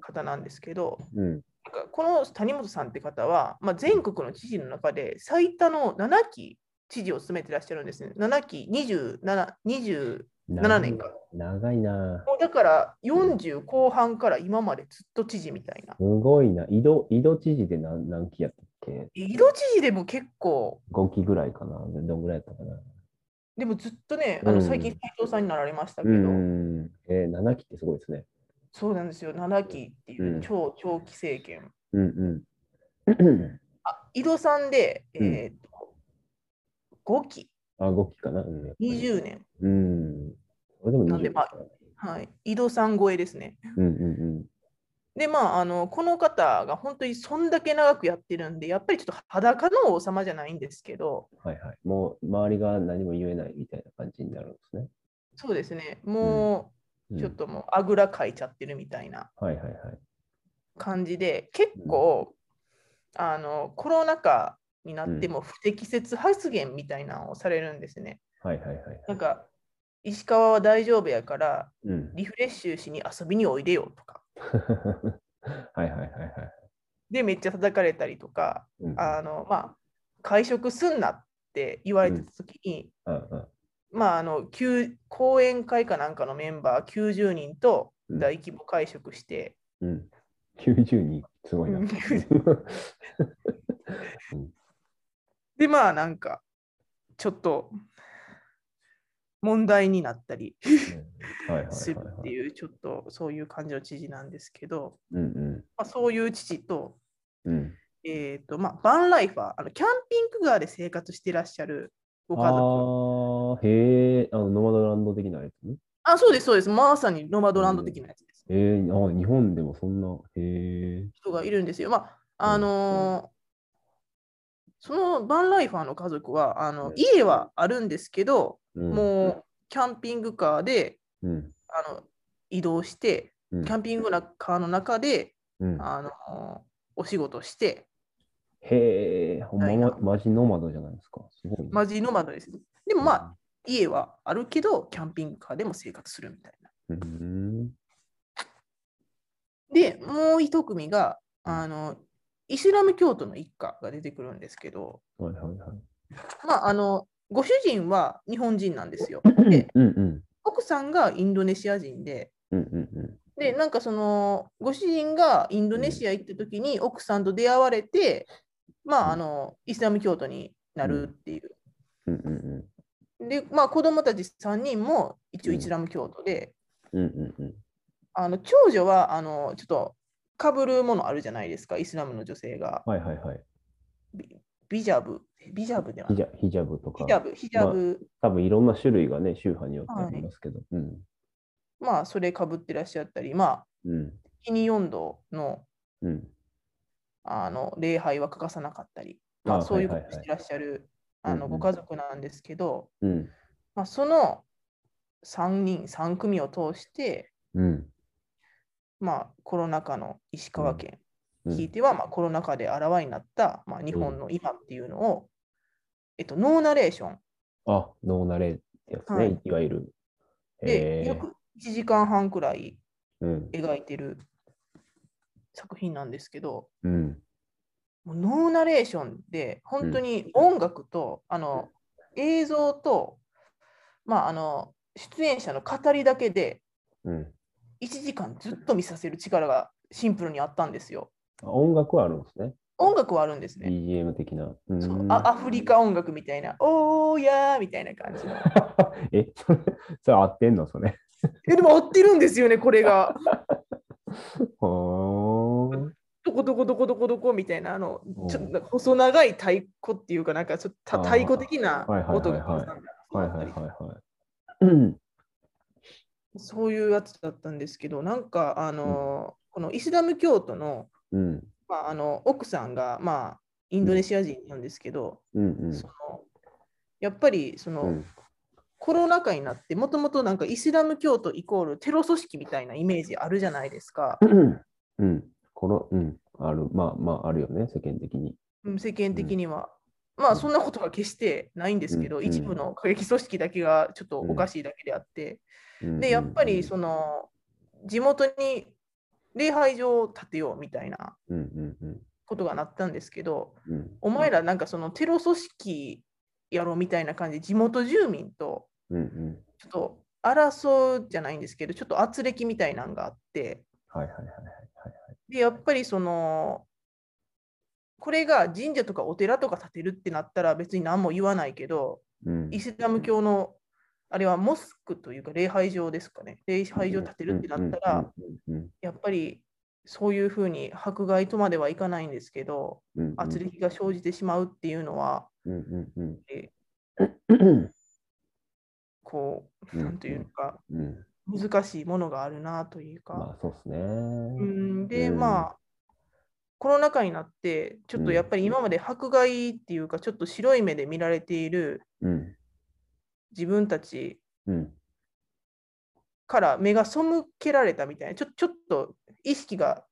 Speaker 3: 方なんですけど、
Speaker 2: うん。
Speaker 3: なんかこの谷本さんって方は、まあ、全国の知事の中で最多の7期知事を務めてらっしゃるんですね。7期27、27年か。
Speaker 2: 長いな。
Speaker 3: もうだから40後半から今までずっと知事みたいな
Speaker 2: す。ごいな。井戸、井戸知事で何何期やったっけ
Speaker 3: 井戸知事でも結構、
Speaker 2: 5期ぐらいかな。どんぐらいやったかな。
Speaker 3: でもずっとね、あの
Speaker 2: うん
Speaker 3: 最近斉藤さんになられましたけ
Speaker 2: う
Speaker 3: ど、
Speaker 2: ん。えー、7期ってすごいですね。
Speaker 3: そうなんですよ、7期っていう超長期政権。
Speaker 2: うん うん。
Speaker 3: あ井戸さんで、
Speaker 2: うん
Speaker 3: えーと5期、
Speaker 2: あ、5期かな。うん。
Speaker 3: 20年、
Speaker 2: うん。これでも20
Speaker 3: なんでまあはい、井戸さん超えですね。
Speaker 2: うんうん
Speaker 3: で、まあ、あのこの方が本当にそんだけ長くやってるんで、やっぱりちょっと裸の王様じゃないんですけど、
Speaker 2: うん。はいはい。もう周りが何も言えないみたいな感じになるんですね。
Speaker 3: そうですね、も
Speaker 2: う
Speaker 3: うんちょっ。ともうあぐらかいちゃってるみたいな
Speaker 2: はいはいはい。
Speaker 3: 感じで、結構、あのコロナ禍になっても不適切発言みたいなのをされるんですね。
Speaker 2: はいはいはい。
Speaker 3: なんか、石川は大丈夫やから、
Speaker 2: うん。
Speaker 3: リフレッシュしに遊びにおいでよとか。
Speaker 2: はいはいはいはい。
Speaker 3: でめっちゃ叩かれたりとか、
Speaker 2: うん
Speaker 3: あのまあ、会食すんなって言われてた時に、
Speaker 2: うんうん
Speaker 3: まあ、あの旧講演会かなんかのメンバー90人と
Speaker 2: うん
Speaker 3: 大規模会食して、
Speaker 2: うん。90人、すごいな。
Speaker 3: う
Speaker 2: うん
Speaker 3: んでまあなんかちょっと問題になったり
Speaker 2: はいはいはい
Speaker 3: するっ
Speaker 2: は
Speaker 3: て
Speaker 2: い。
Speaker 3: いうちょっとそういう感じの知事なんですけど、
Speaker 2: うんう
Speaker 3: まあ、そういう父と,、
Speaker 2: んうん。
Speaker 3: えーとまあ、バンライファーあのキャンピングカーで生活してらっしゃるご家族
Speaker 2: ああ、へえ、あの、ノマドランド的なやつ
Speaker 3: あ、そうです、そうです。まさにノマドランド的なやつです。
Speaker 2: ええあ日本でもそんな、へえ。
Speaker 3: 人がいるんですよ。まあ、あのーそのバンライファーの家族は、あ
Speaker 2: う
Speaker 3: の
Speaker 2: ん
Speaker 3: 家はあるんですけど、
Speaker 2: も
Speaker 3: もうキャンピングカーで
Speaker 2: うん、
Speaker 3: あの移動して、
Speaker 2: うん、
Speaker 3: キャンピングカーの中で、
Speaker 2: うん、
Speaker 3: あのーお仕事して、
Speaker 2: へえ、ほんま
Speaker 3: ないな
Speaker 2: ま、マジノマドじゃないですか。すごいね、
Speaker 3: マジノマドです。でもまあ、家はあるけど、キャンピングカーでも生活するみたいな。
Speaker 2: うん。
Speaker 3: で、もう一組が、あのイスラム教徒の一家が出てくるんですけど、
Speaker 2: うん。はいはいはい。
Speaker 3: まあ、あのご主人は日本人なんですよ。 で
Speaker 2: うんうん。
Speaker 3: 奥さんがインドネシア人で
Speaker 2: うんうんうん。
Speaker 3: でなんかそのご主人がインドネシア行った時に奥さんと出会われてまあ、あの、イスラム教徒になるっていう。
Speaker 2: うんうん
Speaker 3: で、まあ、子供たち3人も一応イスラム教徒で、
Speaker 2: うん。うんうんうん。
Speaker 3: あの長女はあのちょっとかぶるものあるじゃないですか、イスラムの女性が。
Speaker 2: はいはいはい。
Speaker 3: ビビジャブ、ビジャブでは
Speaker 2: ヒ
Speaker 3: ない
Speaker 2: ジャヒジャブとか
Speaker 3: ヒジ、ャブ、ヒジャブ、
Speaker 2: 多分いろんな種類がね、宗派によってありますけど。うん。
Speaker 3: まあ、それかぶってらっしゃったり、まあ、
Speaker 2: うん。
Speaker 3: 日に4度の
Speaker 2: うん。
Speaker 3: あの礼拝は欠かさなかったり、まあ、
Speaker 2: あ
Speaker 3: そういうこ
Speaker 2: はい
Speaker 3: と
Speaker 2: は
Speaker 3: を
Speaker 2: いはい
Speaker 3: してらっしゃる
Speaker 2: うんう
Speaker 3: あ
Speaker 2: ん
Speaker 3: のご家族なんですけど、
Speaker 2: うん。
Speaker 3: まあ、その3人、3組を通して、
Speaker 2: うん。
Speaker 3: まあ、コロナ禍の石川県、
Speaker 2: うん
Speaker 3: ひいては、まあ、コロナ禍であらわになった、まあ、日本の今っていうのを、えっと、ノーナレーション
Speaker 2: あ、ノーナレってやつね、
Speaker 3: はい
Speaker 2: い、わゆる。
Speaker 3: で
Speaker 2: へー
Speaker 3: 約1時間半くらい
Speaker 2: うん。
Speaker 3: 描いてる作品なんですけど、
Speaker 2: うん。
Speaker 3: もうノーナレーションで本当に音楽と、あの映像と、まあ、あの出演者の語りだけで
Speaker 2: うん。
Speaker 3: 1時間ずっと見させる力がシンプルにあったんですよ。
Speaker 2: あ音楽はあるんですね。
Speaker 3: 音楽はあるんですね。
Speaker 2: BGM 的な。うん
Speaker 3: そうあアフリカ音楽みたいな、おーやーみたいな感じの。
Speaker 2: え、それ、それ合ってんのそれ。
Speaker 3: えでも合ってるんですよね、これが。
Speaker 2: ほーん。
Speaker 3: どこどこどこどこどこみたいな、あの
Speaker 2: おう
Speaker 3: ちょっとなんか細長い太鼓っていうか、なんかちょっと
Speaker 2: あー
Speaker 3: 太鼓的な
Speaker 2: はいはいはいはい
Speaker 3: 音が挟んだ
Speaker 2: はい
Speaker 3: あっ
Speaker 2: は
Speaker 3: た
Speaker 2: い
Speaker 3: り
Speaker 2: はいはい。うん。
Speaker 3: そういうやつだったんですけど、なんかあの、このイスラム教徒の,、
Speaker 2: うん。
Speaker 3: まあ、あの奥さんが、まあ、インドネシア人なんですけど、
Speaker 2: うんうん。
Speaker 3: そのやっぱりその、
Speaker 2: うん
Speaker 3: コロナ禍になって、もともとなんかイスラム教徒イコールテロ組織みたいなイメージあるじゃないですか、
Speaker 2: うん。この、うん。ある。まあまあ、あるよね、世間的に。
Speaker 3: うん世間的には。まあそんなことは決してないんですけど、
Speaker 2: うん
Speaker 3: 一部の過激組織だけがちょっとおかしいだけであって、
Speaker 2: うん
Speaker 3: でやっぱりそ
Speaker 2: の。
Speaker 3: の地元に礼拝場を建てようみたいな
Speaker 2: うんうんうん
Speaker 3: ことがなったんですけど、
Speaker 2: うん。
Speaker 3: お前らなんかそのテロ組織やろみたいな感じで地元住民と
Speaker 2: うんうん。
Speaker 3: ちょっと争うじゃないんですけどちょっと圧力みたいなんがあって
Speaker 2: はいはいはいはい
Speaker 3: でやっぱりそのこれが神社とかお寺とか建てるってなったら別に何も言わないけど
Speaker 2: うん。
Speaker 3: イスラム教のあれはモスクというか礼拝場ですかね礼拝場建てるってなったら
Speaker 2: うんうん
Speaker 3: やっぱりそういうふうに迫害とまではいかないんですけど
Speaker 2: うんうん。
Speaker 3: 圧力が生じてしまうっていうのは
Speaker 2: うんうんうん
Speaker 3: え
Speaker 2: うん。
Speaker 3: こう、
Speaker 2: うん
Speaker 3: なんというのか、
Speaker 2: うん。
Speaker 3: 難しいものがあるなというか。
Speaker 2: まあそうですね。
Speaker 3: うん、で、
Speaker 2: うん
Speaker 3: まあ、コロナ禍になって、ちょっとやっぱり今まで迫害っていうか、ちょっと白い目で見られている
Speaker 2: うん。
Speaker 3: 自分たち
Speaker 2: うん。
Speaker 3: から目が背けられたみたいな、ちょちょっと意識が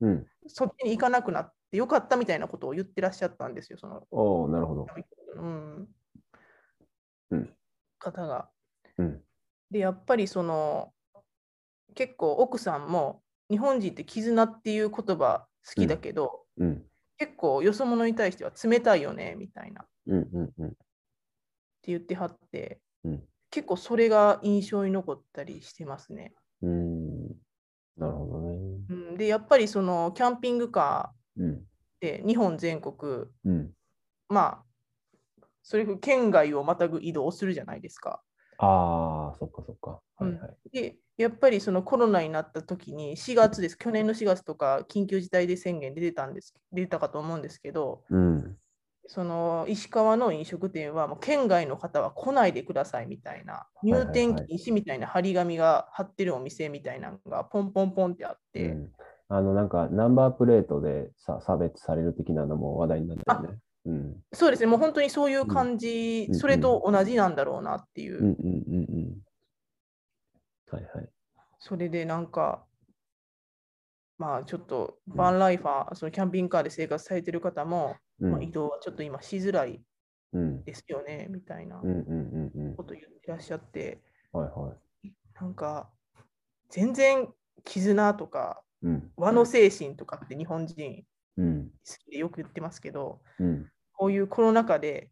Speaker 2: うん。
Speaker 3: そっちに行かなくなってよかったみたいなことを言ってらっしゃったんですよ、その、
Speaker 2: おおなるほど。
Speaker 3: うん
Speaker 2: うん
Speaker 3: 方が。
Speaker 2: うん。
Speaker 3: でやっぱりその結構奥さんも日本人って絆っていう言葉好きだけど、
Speaker 2: うん。
Speaker 3: 結構よそ者に対しては冷たいよねみたいなって
Speaker 2: うんうんうん。
Speaker 3: 言ってはって、
Speaker 2: うん
Speaker 3: 結構それが印象に残ったりしてますね。
Speaker 2: うん。なるほどね。
Speaker 3: うん、でやっぱりそのキャンピングカ
Speaker 2: うん。
Speaker 3: ーで日本全国
Speaker 2: うん。
Speaker 3: まあそれこそ県外をまたぐ移動をするじゃないですか。
Speaker 2: ああ、そっかそっか。はいはい。
Speaker 3: でやっぱりそのコロナになった時に4月です去年の4月とか緊急事態で宣言で出たんです出たかと思うんですけど
Speaker 2: うん。
Speaker 3: その石川の飲食店はもう県外の方は来ないでくださいみたいな入店禁止みたいな張り紙が貼ってるお店みたいなのがポンポンポンってあって、
Speaker 2: うんあの、なんか、ナンバープレートでさ差別される的なのも話題になったよね。うん。
Speaker 3: そうですねもう本当にそういう感じ、
Speaker 2: うん
Speaker 3: それと同じなんだろうなっていう、
Speaker 2: うんうんうんうん。はいはい。
Speaker 3: それでなんかまあちょっとバンライファー、そのキャンピングカーで生活されてる方も、
Speaker 2: うん。
Speaker 3: まあ、移動はちょっと今しづらい
Speaker 2: うん。
Speaker 3: ですよねみたいな
Speaker 2: うんうんうんうん
Speaker 3: こ。と言ってらっしゃって、
Speaker 2: はいはい。
Speaker 3: なんか全然絆とか
Speaker 2: うん。
Speaker 3: 和の精神とかって日本人
Speaker 2: うん。
Speaker 3: 好きでよく言ってますけど、
Speaker 2: うん。
Speaker 3: こういうコロナ禍で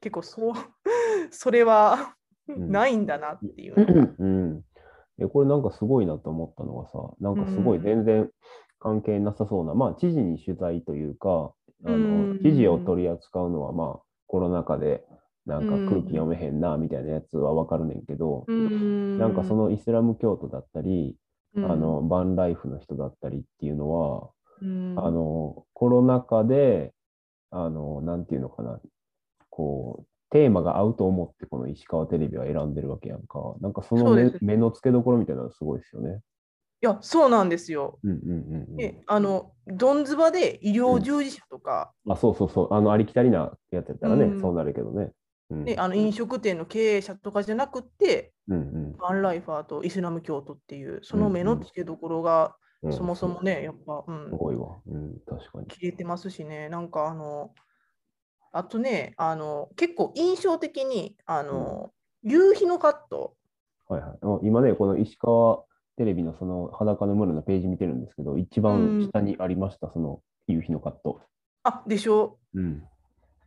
Speaker 3: 結構そう それは
Speaker 2: ん
Speaker 3: ないんだなっていう、
Speaker 2: うん、えこれなんかすごいなと思ったのがさ、なんかすごい全然関係なさそうな、まあ知事に取材というか、あの記事を取り扱うのはまあコロナ禍でなんか空気読めへんなみたいなやつはわかるねんけど、なんかそのイスラム教徒だったり、あのバンライフの人だったりっていうのは、あのコロナ禍であのなんていうのかなこうテーマが合うと思ってこの石川テレビは選んでるわけやんかなんかその目
Speaker 3: そうです
Speaker 2: 目の付けどころみたいなのすごいですよね。
Speaker 3: いや、そうなんですよ。
Speaker 2: うんうんうんうん
Speaker 3: で、あの、どんずばで医療従事者とか、
Speaker 2: あそうそうそうあのありきたりなやつやったらね、
Speaker 3: うん
Speaker 2: そうなるけどね。うん
Speaker 3: ね、あの飲食店の経営者とかじゃなくって、
Speaker 2: うんうん
Speaker 3: バンライファーとイスラム教徒っていう、その目の付けどころが、
Speaker 2: うん
Speaker 3: そもそもね、やっぱ、う
Speaker 2: す
Speaker 3: ん、
Speaker 2: ごいわ。うん、確かに。
Speaker 3: 切れてますしね、なんかあの、あとね、あの、結構印象的に、あの、夕日のカット、
Speaker 2: はいはいあ、今ね、この石川テレビのその裸の村のページ見てるんですけど、一番下にありました、その夕日のカット。
Speaker 3: あ、でしょ
Speaker 2: うん。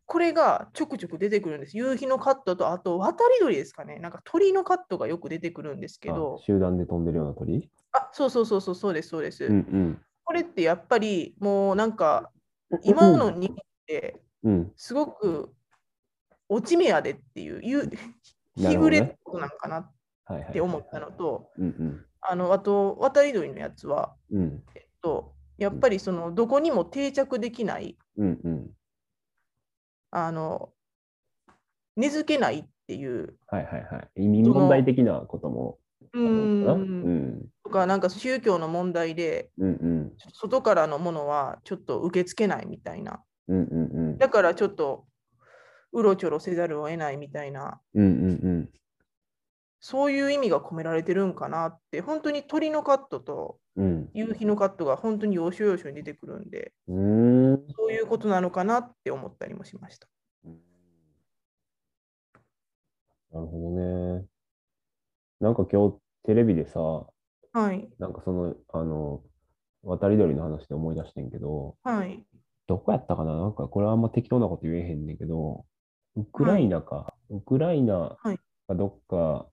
Speaker 3: これがちょくちょく出てくるんです。夕日のカットと、あと渡り鳥ですかね。なんか鳥のカットがよく出てくるんですけど
Speaker 2: あ、集団で飛んでるような鳥
Speaker 3: あ、そうそうそうそう、そうです、そうです。
Speaker 2: うんうん。
Speaker 3: これってやっぱりもうなんか、今の日本って
Speaker 2: うん。
Speaker 3: すごく落ち目やでっていう、ゆ
Speaker 2: な
Speaker 3: 日
Speaker 2: るほどね
Speaker 3: 暮れってことなのかなっ
Speaker 2: はいはい。
Speaker 3: て思ったの。と、
Speaker 2: うん
Speaker 3: あのあと渡り鳥のやつは、
Speaker 2: うん。うん
Speaker 3: えっと、やっぱりそのどこにも定着できない、
Speaker 2: うんうん。
Speaker 3: あの根付けないっていう、
Speaker 2: はいはいはい。移民問題的なことも
Speaker 3: う
Speaker 2: あるのかな。うんん
Speaker 3: とか、なんか宗教の問題で、
Speaker 2: うんうん
Speaker 3: 外からのものはちょっと受け付けないみたいな。
Speaker 2: うんうん
Speaker 3: だからちょっとうろちょろせざるを得ないみたいな、
Speaker 2: うんうんうん
Speaker 3: そういう意味が込められてるんかなって、本当に鳥のカットと
Speaker 2: うん
Speaker 3: 夕日のカットが本当に要所要所に出てくるんで、
Speaker 2: うん。うーん。
Speaker 3: そういうことなのかなって思ったりもしました。
Speaker 2: なるほどね。なんか今日テレビでさ、
Speaker 3: はい、
Speaker 2: なんかその、あの、渡り鳥の話で思い出してんけど、
Speaker 3: はい、
Speaker 2: どこやったかななんかこれはあんま適当なこと言えへんねんけど、ウクライナか、ウクライナ
Speaker 3: はい
Speaker 2: かどっか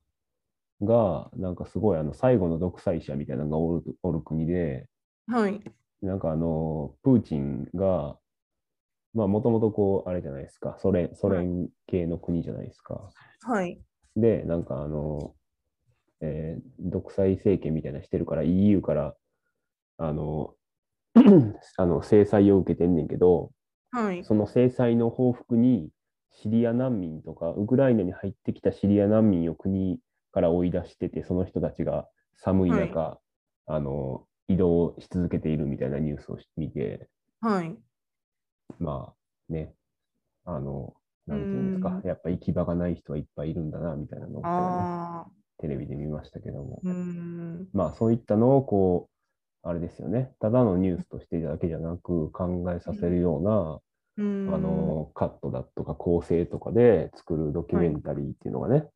Speaker 2: が、なんかすごいあの最後の独裁者みたいなのがおるおる国で、
Speaker 3: はい、
Speaker 2: なんかあの、プーチンが、まあもともとこう、あれじゃないですか、ソ連、ソ連系の国じゃないですか。
Speaker 3: はい、
Speaker 2: で、なんかあの、えー独裁政権みたいなのしてるから EU からあの あの制裁を受けてんねんけど、
Speaker 3: はい、
Speaker 2: その制裁の報復にシリア難民とか、ウクライナに入ってきたシリア難民を国から追い出してて、その人たちが寒い中、あの移動し続けているみたいなニュースをし見て、
Speaker 3: はい、
Speaker 2: まあね、あの、なんていうんですか
Speaker 3: う、
Speaker 2: やっぱ行き場がない人はいっぱいいるんだなみたいなのをね、
Speaker 3: ああ、
Speaker 2: テレビで見ましたけども、
Speaker 3: うーん、
Speaker 2: まあそういったのをこう、あれですよね、ただのニュースとしてだけじゃなく考えさせるよう
Speaker 3: うーん
Speaker 2: な、あ、のカットだとか構成とかで作るドキュメンタリーっていうのがね、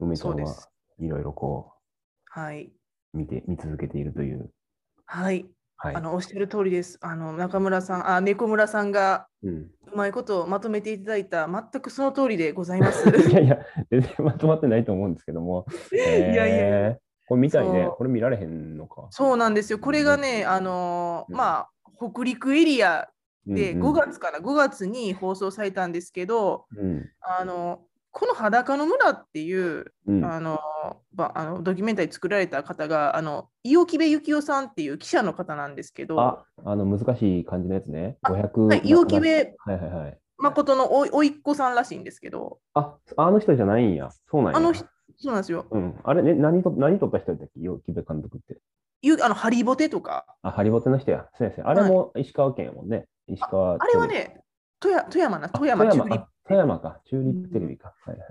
Speaker 2: 梅ちゃ
Speaker 3: そうんで
Speaker 2: は
Speaker 3: す。
Speaker 2: いろいろこ
Speaker 3: はい、
Speaker 2: う見て見続けているという。
Speaker 3: はい、
Speaker 2: はい
Speaker 3: あのおっしゃる通りです。あの中村さん、あ、猫村さんが
Speaker 2: うん、
Speaker 3: うまいことをまとめていただいた、全くその通りでござ います。
Speaker 2: いやいや、全然まとまってないと思うんですけども。
Speaker 3: いやいや
Speaker 2: えーこれ見たいね
Speaker 3: そう。
Speaker 2: これ見られへんのか。
Speaker 3: そうなんですよ。これがね、あの
Speaker 2: う
Speaker 3: ー
Speaker 2: ん
Speaker 3: まあ、北陸エリアで
Speaker 2: うん
Speaker 3: 5月から5月に放送されたんですけど、
Speaker 2: うん
Speaker 3: あのこの裸の村っていう、
Speaker 2: うん
Speaker 3: あのばあのドキュメンタリー作られた方が、あの伊予木部幸男さんっていう記者の方なんですけど、は
Speaker 2: あ、あの難しい感じのやつね。
Speaker 3: あ
Speaker 2: 500。
Speaker 3: い、伊予
Speaker 2: は
Speaker 3: 木
Speaker 2: い
Speaker 3: 部
Speaker 2: はいはい。
Speaker 3: 誠のおいおいっ子さんらしいんですけど、
Speaker 2: あ、あの人じゃないんや。そうなんや。
Speaker 3: あの人そうなんですよ。
Speaker 2: うん。あれね、何と何撮った人だったっけよ、木部監督って。
Speaker 3: ゆあのハリボテとか、
Speaker 2: あ、ハリボテの人や。そうやそうや。あれも石川県やもんね。石川。
Speaker 3: あれは、ね、富山富山な、
Speaker 2: あ
Speaker 3: 富山、
Speaker 2: 富
Speaker 3: 中
Speaker 2: 山
Speaker 3: 立
Speaker 2: あ富山か。チューリップテレビか。はいはい。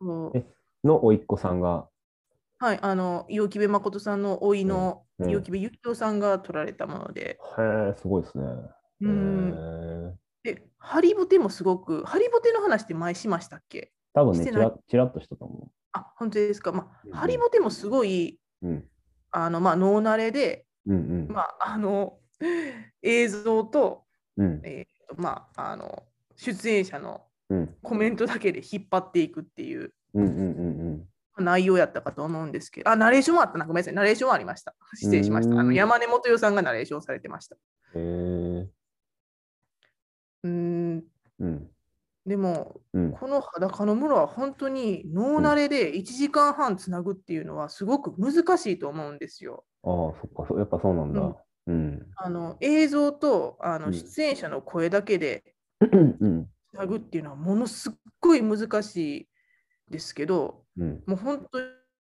Speaker 3: の
Speaker 2: えのおいっ子さんが。
Speaker 3: はい、あの、伊予木部誠さんの甥いの
Speaker 2: うんうん
Speaker 3: 伊予木部幸男さんが撮られたもの
Speaker 2: へ
Speaker 3: で、
Speaker 2: え、すごいですね。
Speaker 3: う
Speaker 2: へ
Speaker 3: ん、
Speaker 2: ー
Speaker 3: で、ハリボテもすごく、ハリボテの話って前しましたっけ
Speaker 2: 多分ね、
Speaker 3: して
Speaker 2: ち
Speaker 3: ない
Speaker 2: らちらっとしたと思
Speaker 3: あ、本当ですか。ま
Speaker 2: うんうん
Speaker 3: あ、ハリボテもすごい、
Speaker 2: う。うん。
Speaker 3: あの、まあ、脳慣れで、
Speaker 2: うんうん。
Speaker 3: まあ、あの、映像と、
Speaker 2: うん。
Speaker 3: えーとまあ、あの、出演者の
Speaker 2: うん。
Speaker 3: コメントだけで引っ張っていくっていう
Speaker 2: うんうんうん
Speaker 3: 内容やったかと思うんですけど、あ、ナレーションもあったな、ごめんなさい、ナレーションはありました。失礼しました。あ
Speaker 2: う
Speaker 3: の
Speaker 2: ん
Speaker 3: 山根元代さんがナレーションされてました。
Speaker 2: うん。へえ。
Speaker 3: うーん
Speaker 2: うん。
Speaker 3: でも、
Speaker 2: うん。
Speaker 3: この裸の室は本当に脳慣れで1時間半つなぐっていうのはすごく難しいと思うんですよ。
Speaker 2: ああ、そっか、そうやっぱそうなんだ。うん。
Speaker 3: あの映像とあ
Speaker 2: う
Speaker 3: の
Speaker 2: ん
Speaker 3: 出演者の声だけで
Speaker 2: うん。
Speaker 3: つなぐっていうのはものすっごい難しいですけど、
Speaker 2: うん。
Speaker 3: もう本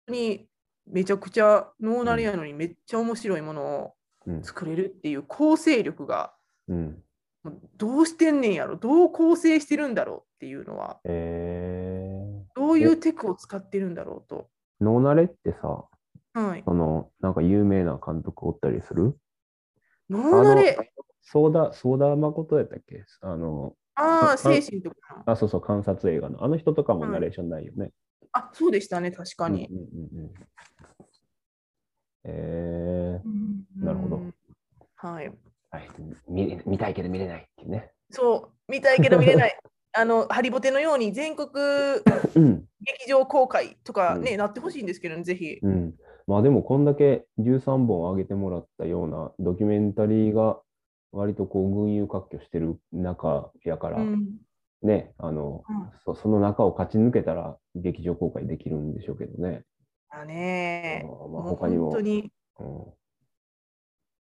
Speaker 3: 当にめちゃくちゃ脳慣れやのにめっちゃ面白いものを
Speaker 2: うん。
Speaker 3: 作れるっていう構成力が
Speaker 2: うん。
Speaker 3: もうどうしてんねんやろどう構成してるんだろうっていうのは
Speaker 2: えー。
Speaker 3: どういうテクを使ってるんだろうと。
Speaker 2: ノーナレってさ、
Speaker 3: はい、
Speaker 2: その、なんか有名な監督おったりする
Speaker 3: 脳慣れ
Speaker 2: ソーダ、ソーダ誠やったっけあの、
Speaker 3: あ
Speaker 2: あ
Speaker 3: あ精神とか
Speaker 2: あ、そうそう、観察映画の。あの人とかもナレーションないよね。
Speaker 3: あそうでしたね確かに
Speaker 2: う。んうんうんうん。えー、んなるほど
Speaker 3: うん。はい。
Speaker 2: はい、見れ見たいけど見れないっていうね。
Speaker 3: そう、見たいけど見れ ない。あの、ハリボテのように全国
Speaker 2: うん。
Speaker 3: 劇場公開とかね、
Speaker 2: うん
Speaker 3: なってほしいんですけどね、ぜひ。
Speaker 2: うん、まあでもこんだけ13本上げてもらったようなドキュメンタリーが割とこう群雄割拠してる中やから、
Speaker 3: うん
Speaker 2: ねあの
Speaker 3: うん
Speaker 2: そその中を勝ち抜けたら劇場公開できるんでしょうけどね。
Speaker 3: だ
Speaker 2: あ
Speaker 3: ね。
Speaker 2: のまあ、
Speaker 3: もう
Speaker 2: 他にも
Speaker 3: 本当に
Speaker 2: うん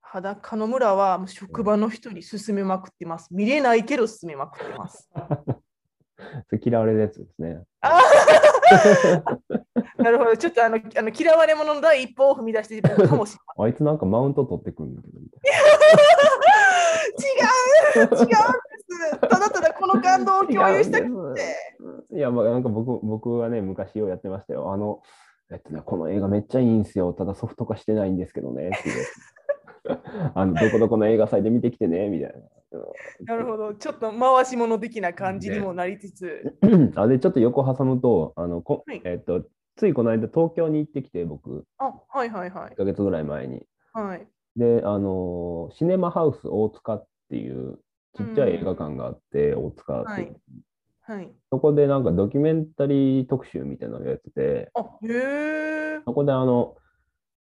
Speaker 3: 裸の村はもう職場の人に勧めまくってます。見れないけど勧めまくっ てます。
Speaker 2: それ嫌われるやつですね。
Speaker 3: あー なるほど。ちょっとあのあの嫌われ者の第一歩を踏み出しているかもし
Speaker 2: あいつなんかマウント取ってくるんだけどみたい
Speaker 3: れない。違う違うんです。ただただこの感動を共有したくて。
Speaker 2: な。いやまあなんか僕僕はね昔をやってましたよ。あのえっとね、この映画めっちゃいいんすよ。ただソフト化してないんですけどね。っていう あのどこどこの映画祭で見てきてねみたいな。
Speaker 3: なるほど。ちょっと回し者的な感じにもなりつつ。
Speaker 2: あでちょっと横挟むとあのこ、
Speaker 3: はい
Speaker 2: えっと、ついこの間東京に行ってきて僕
Speaker 3: あ、はいはいはい
Speaker 2: 1。ヶ月ぐらい前に
Speaker 3: はい。
Speaker 2: であのシネマハウス大塚っていうちっちゃい映画館があって、大塚って
Speaker 3: は
Speaker 2: いう、
Speaker 3: い。はい。
Speaker 2: そこでなんかドキュメンタリー特集みたいなのやってて
Speaker 3: あ、へえ。
Speaker 2: そこであの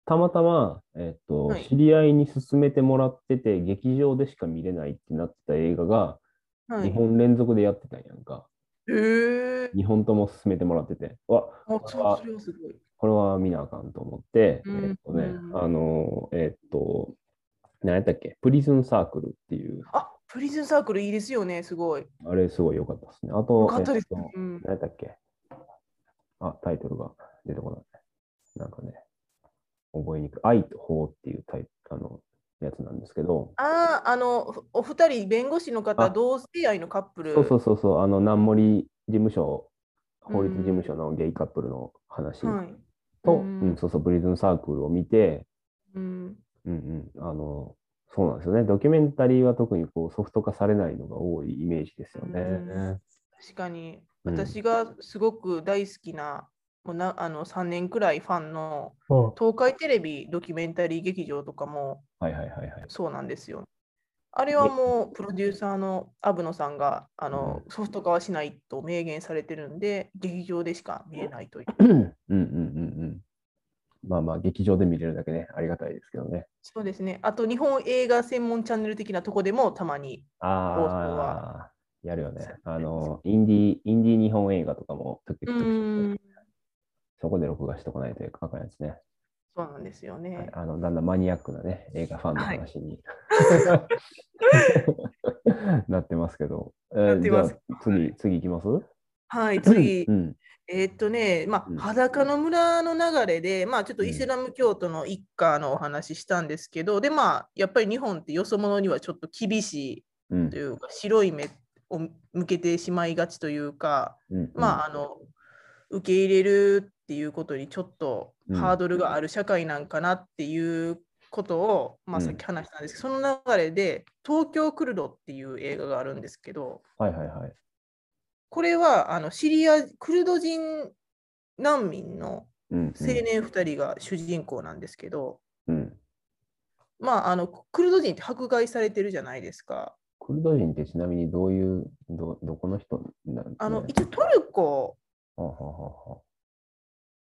Speaker 2: たまたま、えっと
Speaker 3: はい
Speaker 2: 知り合いに勧めてもらってて劇場でしか見れないってなってた映画が
Speaker 3: はい
Speaker 2: 2。本連続でやってたんやんか、
Speaker 3: へえ。
Speaker 2: 2本とも勧めてもらっててうわ
Speaker 3: あ、そう、それはすごい。
Speaker 2: これは見なあかんと思って、
Speaker 3: うん
Speaker 2: えっとね
Speaker 3: うん、
Speaker 2: あの、えっと、何やったっけ、プリズンサークルっていう、
Speaker 3: あ、プリズンサークルいいですよね、すごい。
Speaker 2: あれすごい良かったですね。あ
Speaker 3: よ
Speaker 2: と、
Speaker 3: かったです。
Speaker 2: えっと
Speaker 3: うん。
Speaker 2: 何やったっけ、あ、タイトルが出てこない。なんかね、覚えにくい。愛と法っていうタイあの、やつなんですけど、
Speaker 3: ああ、あの、おお二人、弁護士の
Speaker 2: あ
Speaker 3: 方、同性愛のカップル。
Speaker 2: そうそうそうそう、あの、南森事務所、法律事務所のゲイカップルの話と、
Speaker 3: はい。うん
Speaker 2: うん、そうそう、プリズンサークルを見て、
Speaker 3: うん。
Speaker 2: うんうん、あの、そうなんですよね。ドキュメンタリーは特にこうソフト化されないのが多いイメージですよね。
Speaker 3: うん確かに、
Speaker 2: うん
Speaker 3: 私がすごく大好きな、もうなあの3年くらいファンの
Speaker 2: は
Speaker 3: 東海テレビドキュメンタリー劇場とかも
Speaker 2: いはいはいはい。
Speaker 3: そうなんですよ。あれはもうプロデューサーのアブノさんがあのソフト化はしないと明言されてるんで、劇場でしか見れないという。
Speaker 2: うんうんうんうんうん。まあまあ、劇場で見れるだけね、ありがたいですけどね。
Speaker 3: そうですね。あと、日本映画専門チャンネル的なとこでもたまに。そう
Speaker 2: あ
Speaker 3: は
Speaker 2: あ、やるよね
Speaker 3: そうです。
Speaker 2: あの、インディー、インディー日本映画とかも時
Speaker 3: う
Speaker 2: 々
Speaker 3: ーん、
Speaker 2: そこで録画しとかないというか、あかんやつね。
Speaker 3: そうなんですよね。
Speaker 2: はいあの、だんだんマニアックなね、映画ファンの話に、なってますけど。えー
Speaker 3: なってます
Speaker 2: じゃあ次、次行きます
Speaker 3: はい、次
Speaker 2: う、ん。
Speaker 3: えーっとね、ま
Speaker 2: うん
Speaker 3: あ、裸の村の流れで、まあ、ちょっとイスラム教徒の一家のお話ししたんですけど、で、まあ、やっぱり日本ってよそ者にはちょっと厳しい
Speaker 2: うん
Speaker 3: というか白い目を向けてしまいがちというか、
Speaker 2: うん
Speaker 3: まああの受け入れるっていうことにちょっと
Speaker 2: うん
Speaker 3: ハードルがある社会なんかなっていうことを、まあ、
Speaker 2: うん
Speaker 3: さっき話したんですけど、その流れで「東京クルド」っていう映画があるんですけど
Speaker 2: はいはいはい。
Speaker 3: これはあのシリアクルド人難民の
Speaker 2: うんうん
Speaker 3: 青年2人が主人公なんですけど、
Speaker 2: うん
Speaker 3: まああのクルド人って迫害されてるじゃないですか。
Speaker 2: クルド人ってちなみにどういう、どどこの人なんですか
Speaker 3: あ
Speaker 2: ね
Speaker 3: の一応トルコ
Speaker 2: はあはあはあはあ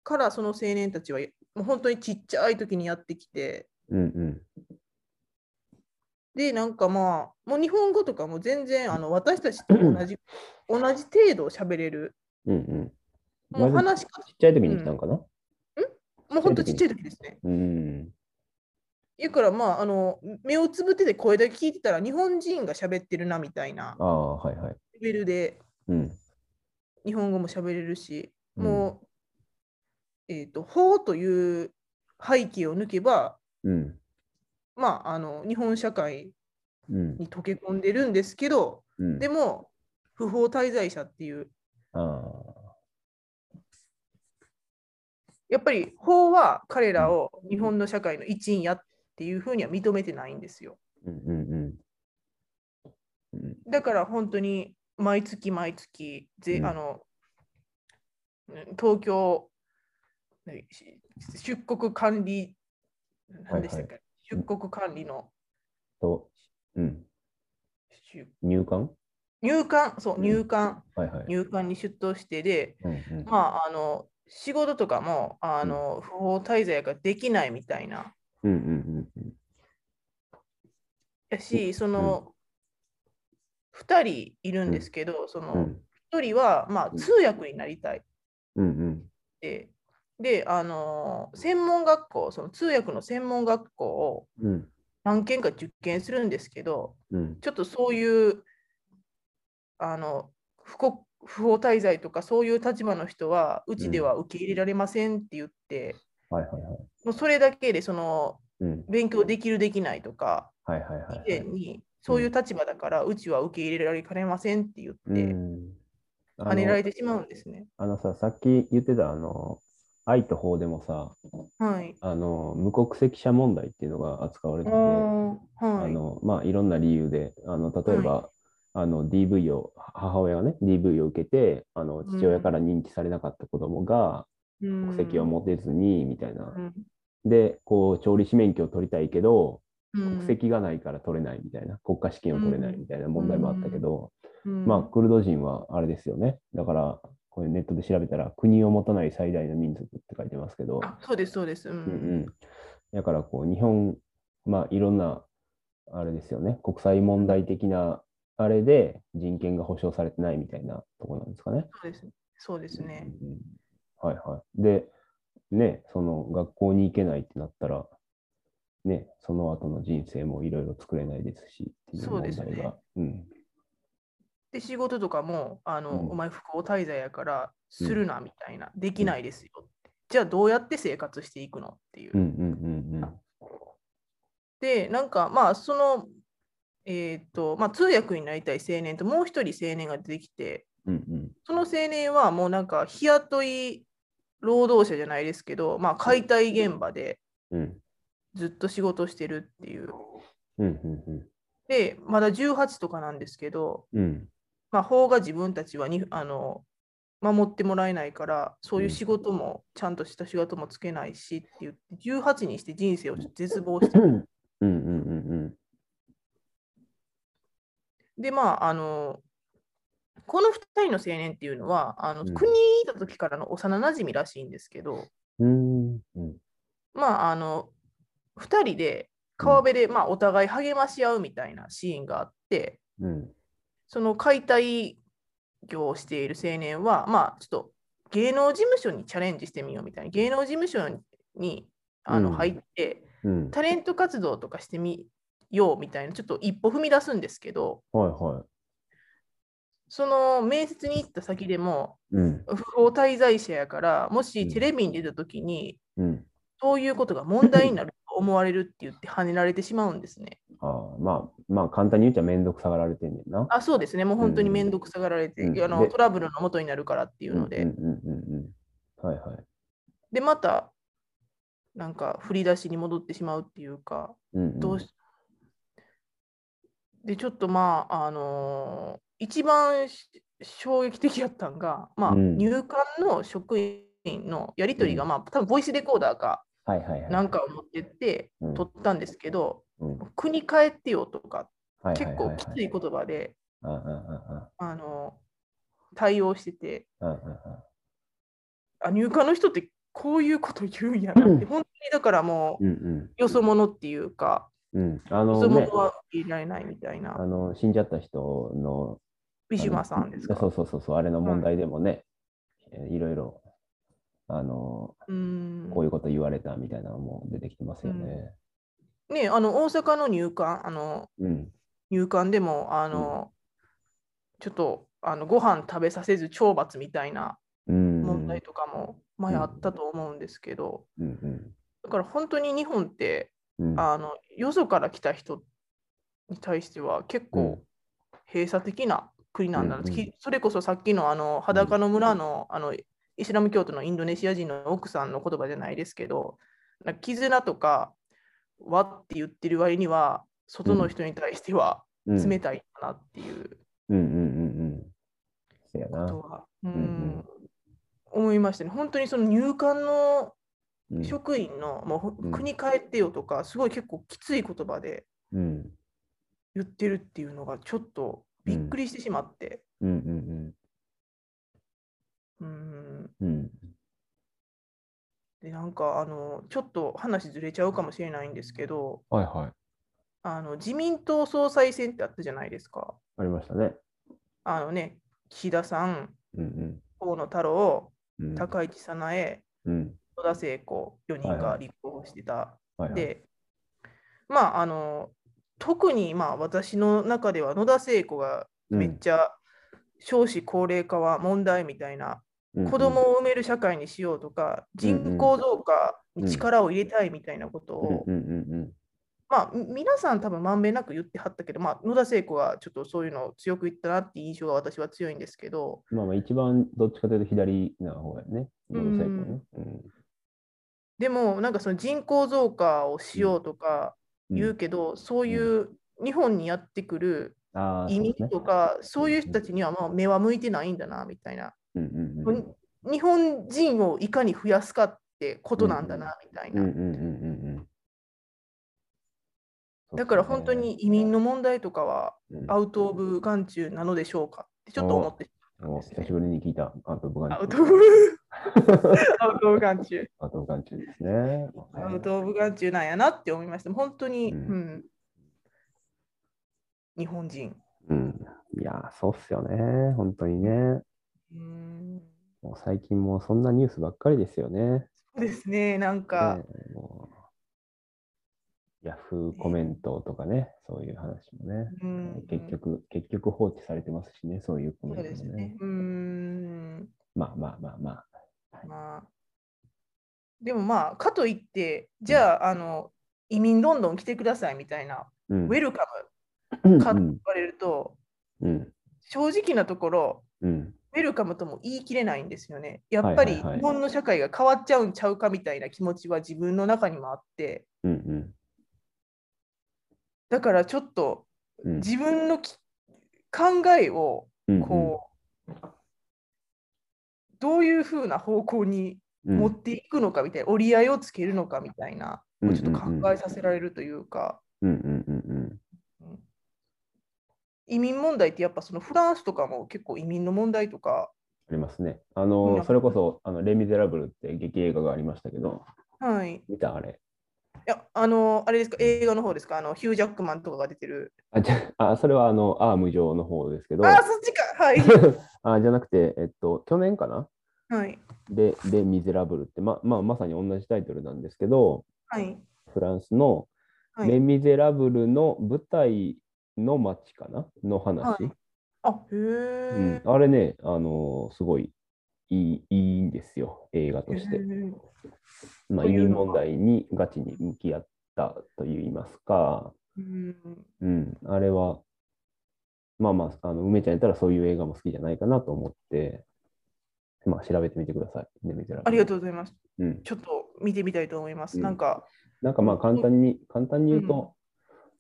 Speaker 3: からその青年たちはもう本当にちっちゃい時にやってきて
Speaker 2: うんうん
Speaker 3: で、なんかまあ、もう日本語とかも全然あの私たちと同じ同じ程度喋れる。
Speaker 2: うんうん。
Speaker 3: もう話し方、
Speaker 2: ちっちゃい時に来たんかな、
Speaker 3: もう本当ちっちゃい時ですね。
Speaker 2: うん。
Speaker 3: だからまあ、あの目をつぶってて声だけ聞いてたら日本人が喋ってるなみたいな
Speaker 2: ああ、はいはい。
Speaker 3: レベルで
Speaker 2: うん。
Speaker 3: 日本語も喋れるし、もう、えっ、と、法という背景を抜けば、
Speaker 2: うん。
Speaker 3: まあ、あの日本社会
Speaker 2: うん。
Speaker 3: に溶け込んでるんですけど、
Speaker 2: うん。
Speaker 3: でも不法滞在者っていう
Speaker 2: あ
Speaker 3: やっぱり法は彼らを日本の社会の一員やっていうふうには認めてないんですよ
Speaker 2: あ。うんうんうん。うん
Speaker 3: だから本当に毎月毎月ぜ、
Speaker 2: うん
Speaker 3: あのうん東京何し出国管理何でしたっけ、出国管理の
Speaker 2: と、うん。
Speaker 3: 出
Speaker 2: 入管
Speaker 3: 入管そううん入管、
Speaker 2: はいはい。
Speaker 3: 入管に出頭してで、
Speaker 2: うんうん
Speaker 3: まあ、あの仕事とかもあの不法滞在ができないみたいな。
Speaker 2: うんうんうん
Speaker 3: やし、その、2人いるんですけど、そ
Speaker 2: うん。う
Speaker 3: の
Speaker 2: ん
Speaker 3: 1人は、まあ、
Speaker 2: うん
Speaker 3: 通訳になりたいっ
Speaker 2: うんうん。
Speaker 3: て。で、あのー専門学校、その通訳の専門学校を
Speaker 2: うん
Speaker 3: 何件か受験するんですけど、
Speaker 2: うん。
Speaker 3: ちょっとそういう、あの、不国不法滞在とかそういう立場の人はうちでは受け入れられませんって言って、
Speaker 2: はいはいはい。
Speaker 3: もうそれだけでその
Speaker 2: うん。
Speaker 3: 勉強できるできないとか
Speaker 2: はいはいはい
Speaker 3: 以前
Speaker 2: はい。
Speaker 3: にそういう立場だからうちは受け入れられかねませんって言って
Speaker 2: ん。あの
Speaker 3: 跳ねられてしまうんですね。
Speaker 2: あのさ、さっき言ってた、あの、愛と法でもさ、
Speaker 3: はい。
Speaker 2: あの、無国籍者問題っていうのが扱われてて、
Speaker 3: お
Speaker 2: あ
Speaker 3: ーはい。
Speaker 2: のまあ、いろんな理由で、あの例えば、あの DV を、母親がね、DV を受けて、あの
Speaker 3: ん
Speaker 2: 父親から認知されなかった子供が国籍を持てずに、みたいな。
Speaker 3: うん
Speaker 2: で、こう、調理師免許を取りたいけど、
Speaker 3: うん
Speaker 2: 国籍がないから取れないみたいな、国家試験を取れないみたいな問題もあったけど、
Speaker 3: うん
Speaker 2: まあ、クルド人はあれですよね。だから、これネットで調べたら、国を持たない最大の民族って書いてますけど。
Speaker 3: あそうですそうです。う
Speaker 2: うんう
Speaker 3: ん
Speaker 2: ん、だからこう日本、まあ、いろんなあれですよね国際問題的なあれで人権が保障されてないみたいなところなんですかね。
Speaker 3: そうですそうですね。
Speaker 2: うんうんはいはい、で、ね、その学校に行けないってなったら、ね、その後の人生もいろいろ作れないですしっていう
Speaker 3: そう
Speaker 2: 問
Speaker 3: で
Speaker 2: 題
Speaker 3: すね
Speaker 2: が。うん
Speaker 3: で仕事とかもあの、
Speaker 2: うん
Speaker 3: お前不法滞在やからするなみたいな、できないですよって。じゃあどうやって生活していくのっていう。
Speaker 2: うんうんうん
Speaker 3: でなんかまあそのえっ、とまあ通訳になりたい青年ともう一人青年が出てきて。
Speaker 2: うんうん
Speaker 3: その青年はもうなんか日雇い労働者じゃないですけど、まあ、解体現場で
Speaker 2: うんうん
Speaker 3: ずっと仕事してるっていう。
Speaker 2: うんうん
Speaker 3: で、まだ18とかなんですけど、
Speaker 2: うんうん
Speaker 3: まあ、法が自分たちはにあの守ってもらえないから、そういう仕事もちゃんとした仕事もつけないしって言って、18にして人生を絶望してる。
Speaker 2: うんうんうん
Speaker 3: で、まあ、あの、この2人の青年っていうのは、あの
Speaker 2: うん
Speaker 3: 国にいた時からの幼なじみらしいんですけど、
Speaker 2: うんうん
Speaker 3: まあ、あの、2人で川辺で、まあ、お互い励まし合うみたいなシーンがあって、
Speaker 2: うん
Speaker 3: その解体業をしている青年は、まあ、ちょっと芸能事務所にチャレンジしてみようみたいな、芸能事務所にあの
Speaker 2: うん
Speaker 3: 入って、
Speaker 2: うん
Speaker 3: タレント活動とかしてみようみたいな、ちょっと一歩踏み出すんですけど、
Speaker 2: はいは
Speaker 3: その面接に行った先でも、
Speaker 2: い。うん
Speaker 3: 不法滞在者やから、もし
Speaker 2: うん
Speaker 3: テレビに出たときに、
Speaker 2: うん
Speaker 3: そういうことが問題になると思われるって言って跳ねられてしまうんですね。
Speaker 2: ああまあまあ簡単に言っちゃめんどくさがられてんねんな。
Speaker 3: あそうですね、もう本当に面倒くさがられて、
Speaker 2: うん
Speaker 3: あの
Speaker 2: で
Speaker 3: トラブルの元になるからっていうので、
Speaker 2: うんうんうんうん。はいはい。
Speaker 3: で、また、なんか振り出しに戻ってしまうっていうか、
Speaker 2: うんうん、
Speaker 3: どうし、で、ちょっとまあ、あのー一番し衝撃的やったんが、まあ、
Speaker 2: うん
Speaker 3: 入管の職員のやり取りが、
Speaker 2: う
Speaker 3: まあ、多分ボイスレコーダーか
Speaker 2: はいはいはい。
Speaker 3: なんかを持ってって
Speaker 2: うん
Speaker 3: 撮ったんですけど、
Speaker 2: うん
Speaker 3: 国帰ってよとか、
Speaker 2: はいはい
Speaker 3: 結
Speaker 2: はい
Speaker 3: 構
Speaker 2: はい
Speaker 3: きつい言葉で、
Speaker 2: あああ
Speaker 3: あの対応してて
Speaker 2: ああああ
Speaker 3: あ入管の人ってこういうこと言うんやなって本当にだからも
Speaker 2: う
Speaker 3: うんよそ者っていうか、
Speaker 2: うんうん。あ
Speaker 3: よ
Speaker 2: の
Speaker 3: そ
Speaker 2: ね
Speaker 3: 者、はいられないみたいな
Speaker 2: あ。の死んじゃった人の
Speaker 3: ウィシュマさんですか
Speaker 2: そうそうそうそう、あれの問題でもね、えーいろいろ、あの、
Speaker 3: うん
Speaker 2: こういうこと言われたみたいなのも出てきてますよね。
Speaker 3: ねあの大阪の入管あの
Speaker 2: うん。
Speaker 3: 入管でもあの、ちょっとあのご飯食べさせず懲罰みたいな
Speaker 2: うん。
Speaker 3: 問題とかも前あったと思うんですけど、
Speaker 2: うんうん
Speaker 3: だから本当に日本って
Speaker 2: うん。
Speaker 3: あのよそから来た人に対しては結
Speaker 2: う
Speaker 3: 構
Speaker 2: ん
Speaker 3: 閉鎖的な国なんだな、
Speaker 2: うんうん
Speaker 3: きそれこそさっきのあの裸の村のあのイスラム教徒のインドネシア人の奥さんの言葉じゃないですけどなんか絆とか和って言ってる割には外の人に対しては
Speaker 2: うん
Speaker 3: 冷たいかなっていう
Speaker 2: うんうんうんうん。そうや
Speaker 3: こ
Speaker 2: な
Speaker 3: と。は、うん
Speaker 2: うんうん
Speaker 3: 思いましたね。本当にその入管の
Speaker 2: うん
Speaker 3: 職員の、もうほ
Speaker 2: うん
Speaker 3: 国帰ってよとかすごい結構きつい言葉で
Speaker 2: うん
Speaker 3: 言ってるっていうのがちょっとびっくりしてしまって、
Speaker 2: うんうんう
Speaker 3: うん、
Speaker 2: んうん
Speaker 3: でなんかあのちょっと話ずれちゃうかもしれないんですけど
Speaker 2: はいはい。
Speaker 3: あの自民党総裁選ってあったじゃないですか
Speaker 2: ありましたね。
Speaker 3: あのね岸田さん
Speaker 2: うん
Speaker 3: 河野太郎
Speaker 2: うんうん。
Speaker 3: 高市早苗
Speaker 2: うん。
Speaker 3: 戸田聖子4人が立候補してた、
Speaker 2: はいはい。
Speaker 3: でまああの特にまあ私の中では野田聖子がめっちゃ少子高齢化は問題みたいな、
Speaker 2: うん
Speaker 3: 子供を産める社会にしようとか、人口増加に力を入れたいみたいなことを、
Speaker 2: うんうんうんうん。
Speaker 3: まあみ皆さん多分まんべんなく言ってはったけど、まあ、野田聖子はちょっとそういうのを強く言ったなっていう印象が私は強いんですけど、
Speaker 2: まあまあ一番どっちかというと左な方やね。
Speaker 3: うん
Speaker 2: 最後ねうん
Speaker 3: でもなんかその人口増加をしようとか言うけど、そういう日本にやってくる
Speaker 2: ああ、
Speaker 3: 移民とかそう,、いう人たちにはもう目は向いてないんだなみたいな、
Speaker 2: そうですね。うんうんうん。
Speaker 3: 日本人をいかに増やすかってことなんだなみたいな。
Speaker 2: うんうんうんうんうん。
Speaker 3: だから本当に移民の問題とかは
Speaker 2: うん、
Speaker 3: アウト・オブ・眼中なのでしょうかってちょっと思ってし
Speaker 2: お久しぶりに聞いたアウトブ
Speaker 3: まう
Speaker 2: ガ
Speaker 3: アウ
Speaker 2: ンチ
Speaker 3: ト・オブ・ アウトオブ眼中。
Speaker 2: アウトブガンチですね。
Speaker 3: アウト・オブ・眼中なんやなって思いました。本当に、
Speaker 2: う
Speaker 3: うんん、日本人。
Speaker 2: うん。いやー、そうっすよね。本当にね。
Speaker 3: うん
Speaker 2: もう最近もうそんなニュースばっかりですよね。
Speaker 3: そうですね、なんか、
Speaker 2: ねえもうヤフーコメントとかね、そういう話もね。
Speaker 3: うん、
Speaker 2: 結局、結局放置されてますしね、そういうコメ
Speaker 3: そう
Speaker 2: ン
Speaker 3: で
Speaker 2: ト
Speaker 3: す
Speaker 2: もね。
Speaker 3: ね。うん
Speaker 2: まあまあまあまあ。
Speaker 3: まあ、でもまあ、かといって、じゃあ、あの移民どんどん来てくださいみたいな、
Speaker 2: うん
Speaker 3: ウェルカ
Speaker 2: うん
Speaker 3: ムか
Speaker 2: う
Speaker 3: って
Speaker 2: ん
Speaker 3: 言われると、
Speaker 2: うん
Speaker 3: 正直なところ、
Speaker 2: うん
Speaker 3: ウェルカムとも言い切れないんですよね。やっぱり
Speaker 2: はいはいはい
Speaker 3: 日本の社会が変わっちゃうんちゃうかみたいな気持ちは自分の中にもあって、
Speaker 2: うんうん
Speaker 3: だからちょっと
Speaker 2: うん
Speaker 3: 自分のき考えを
Speaker 2: うん
Speaker 3: こう、どういうふうな方向に
Speaker 2: うん
Speaker 3: 持っていくのかみたいな、折り合いをつけるのかみたいな、
Speaker 2: うんうん
Speaker 3: ちょっと考えさせられるというか、
Speaker 2: うんうんうんうん
Speaker 3: うん移民問題ってやっぱそのフランスとかも結構移民の問題とか、
Speaker 2: ありますね。あ
Speaker 3: う
Speaker 2: の、
Speaker 3: ん
Speaker 2: それこそ、あのレ・ミゼラブルって劇映画がありましたけど、
Speaker 3: はい、
Speaker 2: 見たあれ。
Speaker 3: いや、あの、あれですか、映画の方ですか、あの、ヒュージャックマンとかが出てる。
Speaker 2: あ、じゃあ、それはあの、アーム上の方ですけど、
Speaker 3: ああ、そっちか、はい。
Speaker 2: あじゃなくて、えっと、去年かな
Speaker 3: はい。
Speaker 2: で、レ・ミゼラブルって、ままあ、まさに同じタイトルなんですけど、
Speaker 3: はい。
Speaker 2: フランスの
Speaker 3: はい
Speaker 2: レ・ミゼラブルの舞台の街かなの話。
Speaker 3: はいあ、
Speaker 2: う
Speaker 3: へ
Speaker 2: ん
Speaker 3: え、。
Speaker 2: あれね、あのーすごいいいいいんですよ、映画として。まあ、
Speaker 3: と
Speaker 2: 移
Speaker 3: いう
Speaker 2: 民
Speaker 3: のは
Speaker 2: 問題にガチに向き合ったといいますか、
Speaker 3: うん。
Speaker 2: うん、あれは、まあまあ、あの梅ちゃんやったらそういう映画も好きじゃないかなと思って、まあ、調べてみてください。ね、見て
Speaker 3: ありが
Speaker 2: う。
Speaker 3: とうございます。
Speaker 2: うん、
Speaker 3: ちょっと見てみたいと思います。
Speaker 2: うん
Speaker 3: なんか、
Speaker 2: なんかまあ、簡単に、簡単に言うと、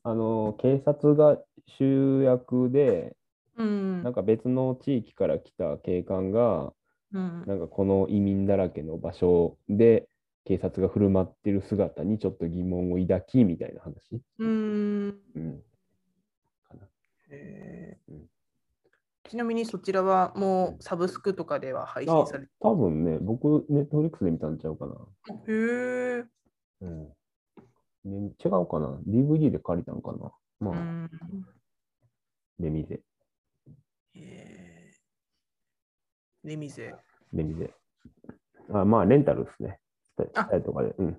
Speaker 2: あのー警察が主役で、
Speaker 3: うん。
Speaker 2: なんか別の地域から来た警官が、
Speaker 3: うん
Speaker 2: なんかこの移民だらけの場所で警察が振る舞ってる姿にちょっと疑問を抱きみたいな話。
Speaker 3: うん。
Speaker 2: うん、
Speaker 3: へー
Speaker 2: うん
Speaker 3: ちなみにそちらはもうサブスクとかでは配信
Speaker 2: あ
Speaker 3: されて
Speaker 2: 多分ね、僕、ネットフリックスで見たんちゃうかな。
Speaker 3: へえ。
Speaker 2: うんね違うかな ?DVD で借りたんかなま
Speaker 3: う
Speaker 2: あ、
Speaker 3: ん
Speaker 2: レミゼ、
Speaker 3: えーレミゼ。
Speaker 2: レミゼ。あまあ、レンタルですね。伝
Speaker 3: あ
Speaker 2: えとかで。うん。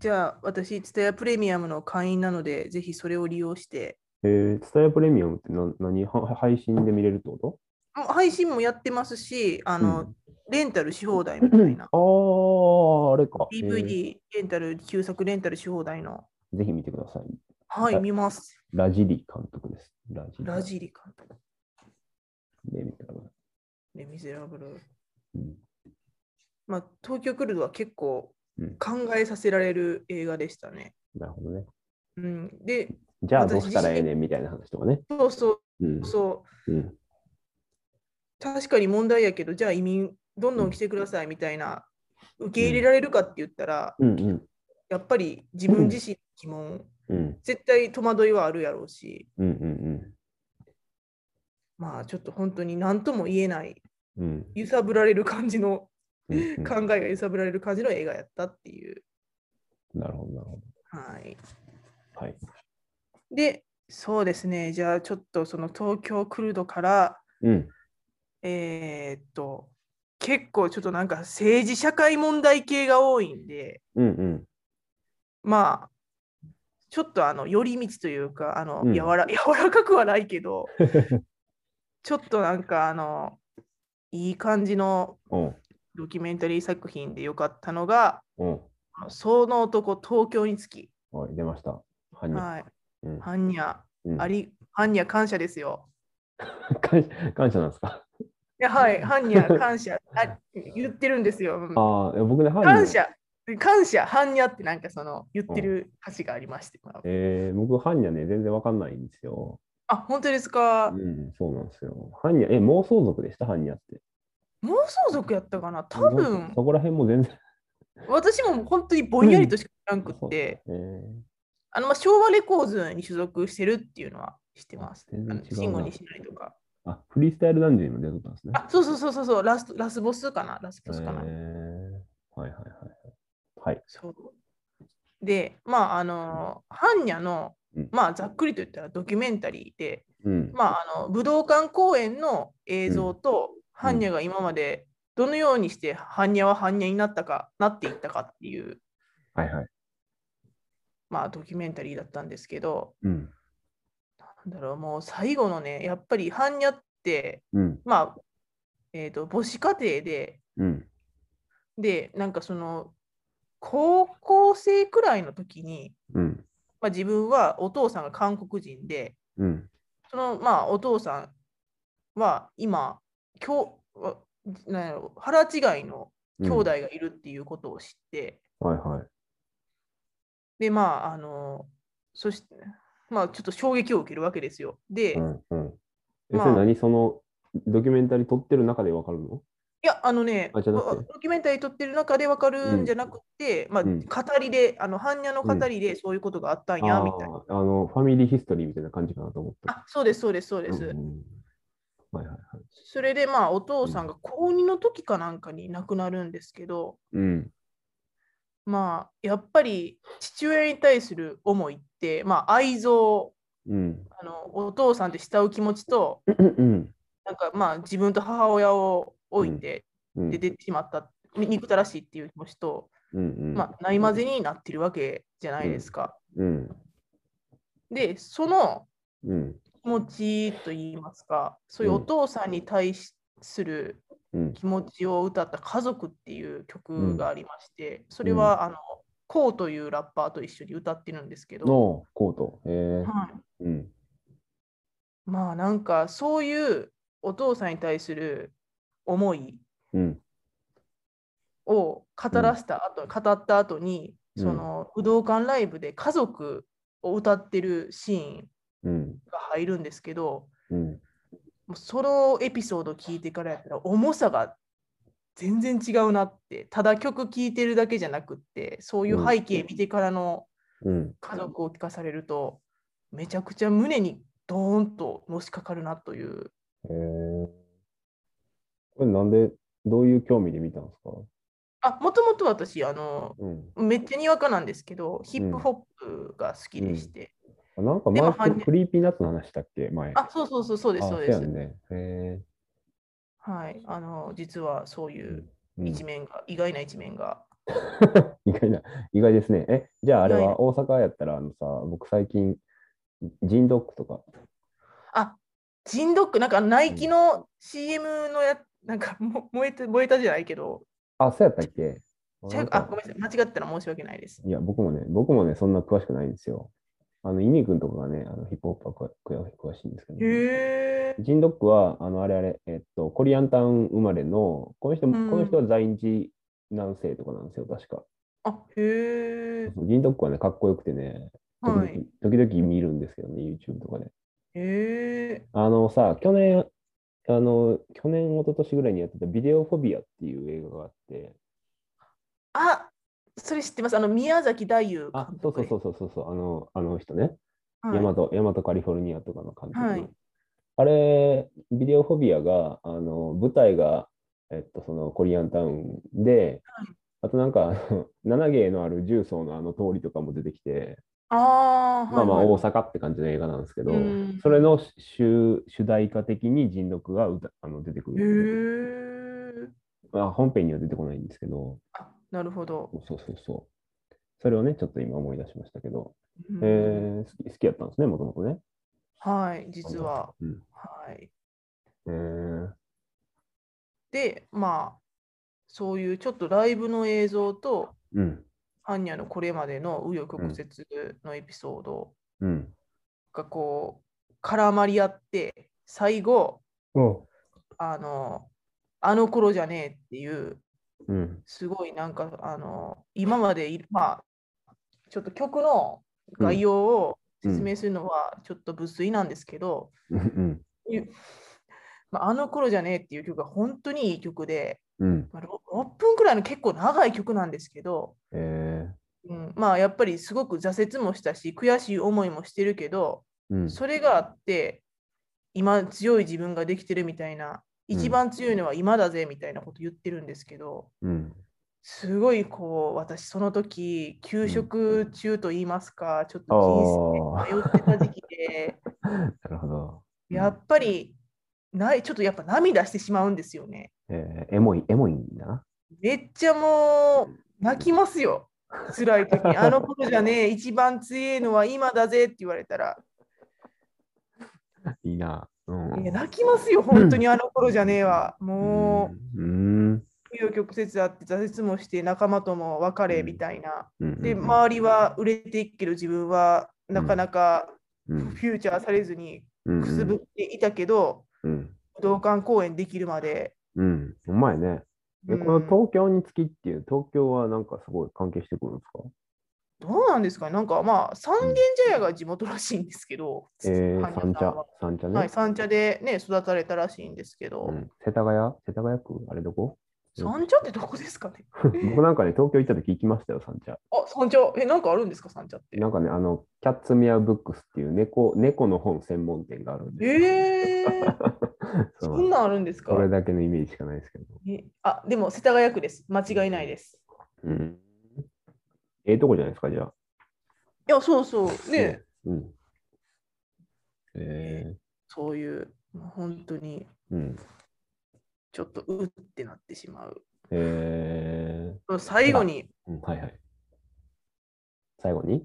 Speaker 3: じゃあ、私、ツタヤプレミアムの会員なので、ぜひそれを利用して、
Speaker 2: えー、ツタヤプレミアムってな何は配信で見れるってこと
Speaker 3: もう配信もやってますし、あ
Speaker 2: あ。
Speaker 3: の、レンタルし放題みたいな
Speaker 2: あー、あれか。えー
Speaker 3: DVD、レンタル、旧作レンタルし放題の。
Speaker 2: ぜひ見てください。
Speaker 3: はい、
Speaker 2: はい
Speaker 3: 見ます。
Speaker 2: ラジリ監督です。ラジリ。
Speaker 3: ラジリ監督。
Speaker 2: レミゼかな
Speaker 3: レ・ミゼラブル。
Speaker 2: うん
Speaker 3: まあ、東京クルーズは結構
Speaker 2: うん
Speaker 3: 考えさせられる映画でしたね。
Speaker 2: なるほどね。
Speaker 3: うん、で、
Speaker 2: じゃあ
Speaker 3: 私
Speaker 2: どうしたらええねんみたいな話とかね。
Speaker 3: そうそ
Speaker 2: うん
Speaker 3: う。そう、
Speaker 2: うん
Speaker 3: 確かに問題やけど、じゃあ移民どんどん来てくださいみたいな、受け入れられるかって言ったら、
Speaker 2: うんうん
Speaker 3: やっぱり自分自身の疑問、
Speaker 2: うん
Speaker 3: 絶対戸惑いはあるやろうし、
Speaker 2: うんうん
Speaker 3: まあちょっと本当に何とも言えない、
Speaker 2: うんうん
Speaker 3: 揺さぶられる感じの、
Speaker 2: うん
Speaker 3: 考えが揺さぶられる感じの映画やったっていう。
Speaker 2: なるほどなるほ
Speaker 3: はい。
Speaker 2: ど。はい。
Speaker 3: で、そうですね、じゃあちょっとその東京クルドから、
Speaker 2: うん。
Speaker 3: えーっと、結構ちょっとなんか政治社会問題系が多いんで、
Speaker 2: うんうん。
Speaker 3: まあ、ちょっとあの寄り道というか、あの
Speaker 2: うん
Speaker 3: 柔ら 柔らかくはないけど、ちょっとなんかあの、いい感じの
Speaker 2: おう
Speaker 3: ドキュメンタリー作品でよかったのが、
Speaker 2: お
Speaker 3: あのその男、東京につき、
Speaker 2: うはい、出ました。はにゃ。
Speaker 3: はい、
Speaker 2: うん
Speaker 3: ハンニャ、
Speaker 2: うん
Speaker 3: あり、ハンニャ感謝ですよ。
Speaker 2: 感謝感謝なんですか
Speaker 3: いやはい、ハンニャ感謝あ、言ってるんですよ。
Speaker 2: ああ、いや僕ね、ハンニャ
Speaker 3: 感謝、感謝、ハンニャってなんかその言ってる歌詞がありまして、
Speaker 2: えー、僕、ハンニャね、全然わかんないんですよ。
Speaker 3: あ、本当ですか
Speaker 2: う。ん、そうなんですよ。ハンニャ、え、妄想族でした、ハンニャって。
Speaker 3: 妄想族やったかな多分
Speaker 2: そこら辺も全然。
Speaker 3: 私も本当にぼんやりとしか知らんく
Speaker 2: そう
Speaker 3: って、
Speaker 2: えー
Speaker 3: あのまあ昭和レコーズに所属してるっていうのは知ってます。
Speaker 2: 全然違うな
Speaker 3: あの慎吾にしないとか。
Speaker 2: あ、フリースタイルダンジョンにも出とったんですね。
Speaker 3: あ、そうそうそうそうそうラスト、ラスボスかなラスボスかな、
Speaker 2: えーはいはいはい。はい。
Speaker 3: そう。で、まあ、あの、ハンニャの
Speaker 2: うん、
Speaker 3: まあ、ざっくりと言ったらドキュメンタリーで、
Speaker 2: うん。
Speaker 3: まあ、あの武道館公演の映像と、ハンニャが今までどのようにしてハンニャはハンニャになったかなっていったかっていう、
Speaker 2: はいはい。
Speaker 3: まあ、ドキュメンタリーだったんですけど
Speaker 2: うん。
Speaker 3: なんだろうもう最後のねやっぱりハンニャって
Speaker 2: うん。
Speaker 3: まあえー、と母子家庭で
Speaker 2: うん。
Speaker 3: でなんかその高校生くらいの時に、
Speaker 2: うん。
Speaker 3: まあ、自分はお父さんが韓国人で
Speaker 2: うん。
Speaker 3: そのまあお父さんは今教わなんやろ腹違いの兄弟がいるっていうことを知って、
Speaker 2: はいはい。
Speaker 3: でまああのそしてまあちょっと衝撃を受けるわけですよで、
Speaker 2: う
Speaker 3: い
Speaker 2: んうん。え、そ
Speaker 3: まあ
Speaker 2: れ何そのドキュメンタリー撮ってる中でわかるの
Speaker 3: やあのね
Speaker 2: あじゃなくて
Speaker 3: わドキュメンタリー撮ってる中で分かるんじゃなくて、まあ、
Speaker 2: うん
Speaker 3: 語りであの般若の語りでそういうことがあったんや、みたいな
Speaker 2: あーあの、ファミリーヒストリーみたいな感じかなと思った。
Speaker 3: あそうですそうですそうです、
Speaker 2: うんうんはいはいはい。
Speaker 3: それでまあお父さんが高2の時かなんかに亡くなるんですけど、
Speaker 2: うん。
Speaker 3: まあやっぱり父親に対する思いって、まあ、愛情
Speaker 2: うん。
Speaker 3: あのお父さんって慕う気持ちと
Speaker 2: うん。
Speaker 3: なんかまあ自分と母親を置いて
Speaker 2: うん。
Speaker 3: 出てってしまった、憎たらしいっていう気持ちと、
Speaker 2: うんうん。
Speaker 3: まあ、ないまぜになってるわけじゃないですか。
Speaker 2: うん。
Speaker 3: でその
Speaker 2: うん。
Speaker 3: 気持ちといいますかそういうお父さんに対する
Speaker 2: うん。
Speaker 3: 気持ちを歌った「家族」っていう曲がありまして、それはあのこうというラッパーと一緒に歌ってるんですけど、
Speaker 2: のコート。えー
Speaker 3: はい、
Speaker 2: うん。
Speaker 3: まあなんかそういうお父さんに対する思い
Speaker 2: うん。
Speaker 3: を語らせた後、語った後に
Speaker 2: うん
Speaker 3: その武道館ライブで家族を歌ってるシーン
Speaker 2: うん。
Speaker 3: が入るんですけど
Speaker 2: うん。
Speaker 3: もうそのエピソード聞いてからやったら重さが全然違うなってただ曲聴いてるだけじゃなくってそういう背景見てからの
Speaker 2: うん。
Speaker 3: 家族を聞かされるとめちゃくちゃ胸にドーンとのしかかるなという
Speaker 2: えーこれなんで、どういう興味で見たんですか
Speaker 3: あもともと私あの
Speaker 2: うん。
Speaker 3: めっちゃにわかなんですけど、ヒップホップが好きでして、
Speaker 2: なんか
Speaker 3: でも
Speaker 2: 前
Speaker 3: 犯人
Speaker 2: クリーピーナッツの話したっけ前。
Speaker 3: あ、そうそうそう、そうです、そう
Speaker 2: あ
Speaker 3: で
Speaker 2: そ
Speaker 3: す。
Speaker 2: うやんね。へ
Speaker 3: はい。あの、実はそうい
Speaker 2: ー
Speaker 3: う
Speaker 2: うん
Speaker 3: 一面が、意外な一面が。
Speaker 2: 意外な、意外ですね。え、じゃああれ
Speaker 3: 意外
Speaker 2: は大阪やったら、あのさ、僕最近、ジンドックとか、
Speaker 3: あ、ジンドック、なんかナイキの CM のや、なんかも燃えて燃えたじゃないけど、
Speaker 2: あ、そうやったっけ
Speaker 3: ちゃ
Speaker 2: な
Speaker 3: う
Speaker 2: ん
Speaker 3: あ、
Speaker 2: か
Speaker 3: ごめんなさい、間違ったら申し訳ないです。
Speaker 2: いや、僕もね、僕もね、そんな詳しくないんですよ。あの、イミ君とかがね、あのヒップホップは詳詳詳しいんですけど、
Speaker 3: へえ。
Speaker 2: ジンドックは、あの、あれあれ、えっと、コリアンタウン生まれの、この人、
Speaker 3: ん
Speaker 2: この人は在日南西とかなんですよ、確か。
Speaker 3: あ、へえ。
Speaker 2: ジンドックはね、かっこよくてね、時々,、
Speaker 3: はい。
Speaker 2: 時々見るんですけどね、YouTube とかで。
Speaker 3: へえ。
Speaker 2: あのさ、去年、あの、去年、一昨年ぐらいにやってたビデオフォビアっていう映画があって、
Speaker 3: あ、それ知ってます。あの、宮崎太夫。
Speaker 2: あ、そうそうそううそうそうそう、あの、あの人ね。
Speaker 3: はい
Speaker 2: ヤマト、ヤマトカリフォルニアとかの監督、
Speaker 3: はい
Speaker 2: あれ、ビデオフォビアが、あの、舞台が、えっと、そのコリアンタウンで、あとなんか、あ の7芸のある重曹のあの通りとかも出てきて、
Speaker 3: ああ、
Speaker 2: まあまあ
Speaker 3: はいはい
Speaker 2: 大阪って感じの映画なんですけど、
Speaker 3: うん
Speaker 2: それの主主題歌的に人録が歌あの出てくる、
Speaker 3: へえ。
Speaker 2: まあ。本編には出てこないんですけど、
Speaker 3: あ、なるほど。
Speaker 2: そうそうそう。それをね、ちょっと今思い出しましたけど、
Speaker 3: うん
Speaker 2: えー好き好きやったんですね、もともとね。
Speaker 3: はい、実は。
Speaker 2: うん
Speaker 3: はい。
Speaker 2: えー
Speaker 3: で、まあ、そういうちょっとライブの映像と、
Speaker 2: うん、
Speaker 3: アンニャのこれまでの紆余曲折のエピソード
Speaker 2: うん。
Speaker 3: がこう、絡まり合って、最後、
Speaker 2: お
Speaker 3: あの、あの頃じゃねえっていう、
Speaker 2: うん。
Speaker 3: すごいなんか、あの、今までい、まあ、ちょっと曲の概要を説明するのはちょっと無粋なんですけど、
Speaker 2: うん。
Speaker 3: いうまあ、あの頃じゃねえっていう曲が本当にいい曲で、
Speaker 2: うん。
Speaker 3: まあ、ろ6分くらいの結構長い曲なんですけど、
Speaker 2: えー
Speaker 3: うん、まあやっぱりすごく挫折もしたし悔しい思いもしてるけど
Speaker 2: うん。
Speaker 3: それがあって今強い自分ができてるみたいな
Speaker 2: うん
Speaker 3: 一番強いのは今だぜみたいなこと言ってるんですけど
Speaker 2: うん。
Speaker 3: すごいこう私その時休職中と言いますかちょっ
Speaker 2: ああ
Speaker 3: と人生迷ってた時期で
Speaker 2: ー。なるほど。
Speaker 3: やっぱりないちょっとやっぱ涙してしまうんですよね。
Speaker 2: えー、エモい、エモいんだな。
Speaker 3: めっちゃもう泣きます よ。辛い時に。あの頃じゃねえ、一番強いのは今だぜって言われたら。
Speaker 2: いいな。うん。
Speaker 3: いや泣きますよ、本当にあの頃じゃねえわ。も
Speaker 2: う。うん。
Speaker 3: う、紆余曲折あって挫折もして仲間とも別れみたいな。
Speaker 2: うん
Speaker 3: で、周りは売れていくけど自分はなかなか
Speaker 2: うん
Speaker 3: フューチャーされずに
Speaker 2: うん
Speaker 3: くすぶっていたけど、
Speaker 2: うん。
Speaker 3: 武道館公演できるまで。
Speaker 2: うん。うまいね。で、
Speaker 3: うん
Speaker 2: この東京に月っていう、東京はなんかすごい関係してくるんですか
Speaker 3: どうなんですかねなんかまあ、三軒茶屋が地元らしいんですけど、
Speaker 2: えー、
Speaker 3: 般若さん
Speaker 2: 三
Speaker 3: は
Speaker 2: 茶、三茶ね。
Speaker 3: はい、三茶でね、育たれたらしいんですけど、
Speaker 2: うん、世田谷世田谷区あれどこ
Speaker 3: 三茶ってどこですかね
Speaker 2: 僕なんかね、東京行った時行きましたよ、三茶。
Speaker 3: あ、三茶、え、なんかあるんですか、三茶って。
Speaker 2: なんかね、あの、キャッツミアブックスっていう猫猫の本専門店があるんで、
Speaker 3: ええ
Speaker 2: そ
Speaker 3: そ
Speaker 2: の
Speaker 3: んなんあるんですか
Speaker 2: それだけのイメージしかないですけど。
Speaker 3: えあ、でも世田谷区です。間違いないです。
Speaker 2: うん、ええとこじゃないですか、じゃあ。
Speaker 3: いや、そうそう。ね、
Speaker 2: うん。え
Speaker 3: そういう、まあ本当に
Speaker 2: ー、うん。
Speaker 3: ちょっとうってなってしまう。
Speaker 2: え
Speaker 3: 最後に、
Speaker 2: ー、うん、はいはい。最後に、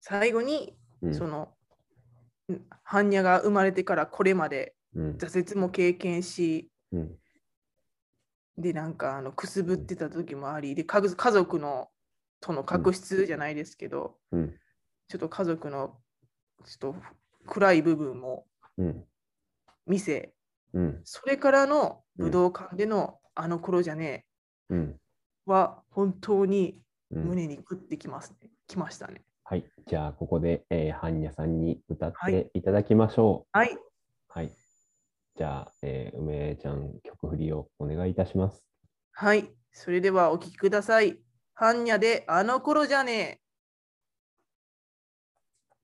Speaker 3: 最後に、
Speaker 2: うん、
Speaker 3: その、ん般若が生まれてからこれまで
Speaker 2: うん、
Speaker 3: 挫折も経験し、
Speaker 2: うん、
Speaker 3: でなんかあのくすぶってた時もありで家族家族のとの確執じゃないですけど、
Speaker 2: うん
Speaker 3: ちょっと家族のちょっと暗い部分も
Speaker 2: うん、
Speaker 3: 見せ
Speaker 2: うん、
Speaker 3: それからの武道館でのあの頃じゃね
Speaker 2: うん。
Speaker 3: えは本当に
Speaker 2: うん
Speaker 3: 胸にグってきますね、きましたね
Speaker 2: はい。じゃあ、ここで、えー、ハンニャさんに歌っ
Speaker 3: はい
Speaker 2: ていただきましょ。
Speaker 3: はいう
Speaker 2: はい。じゃあ、えー、梅ちゃん、曲振りをお願いいたします。
Speaker 3: はいそれではお聴きください「般若であの頃じゃねえ」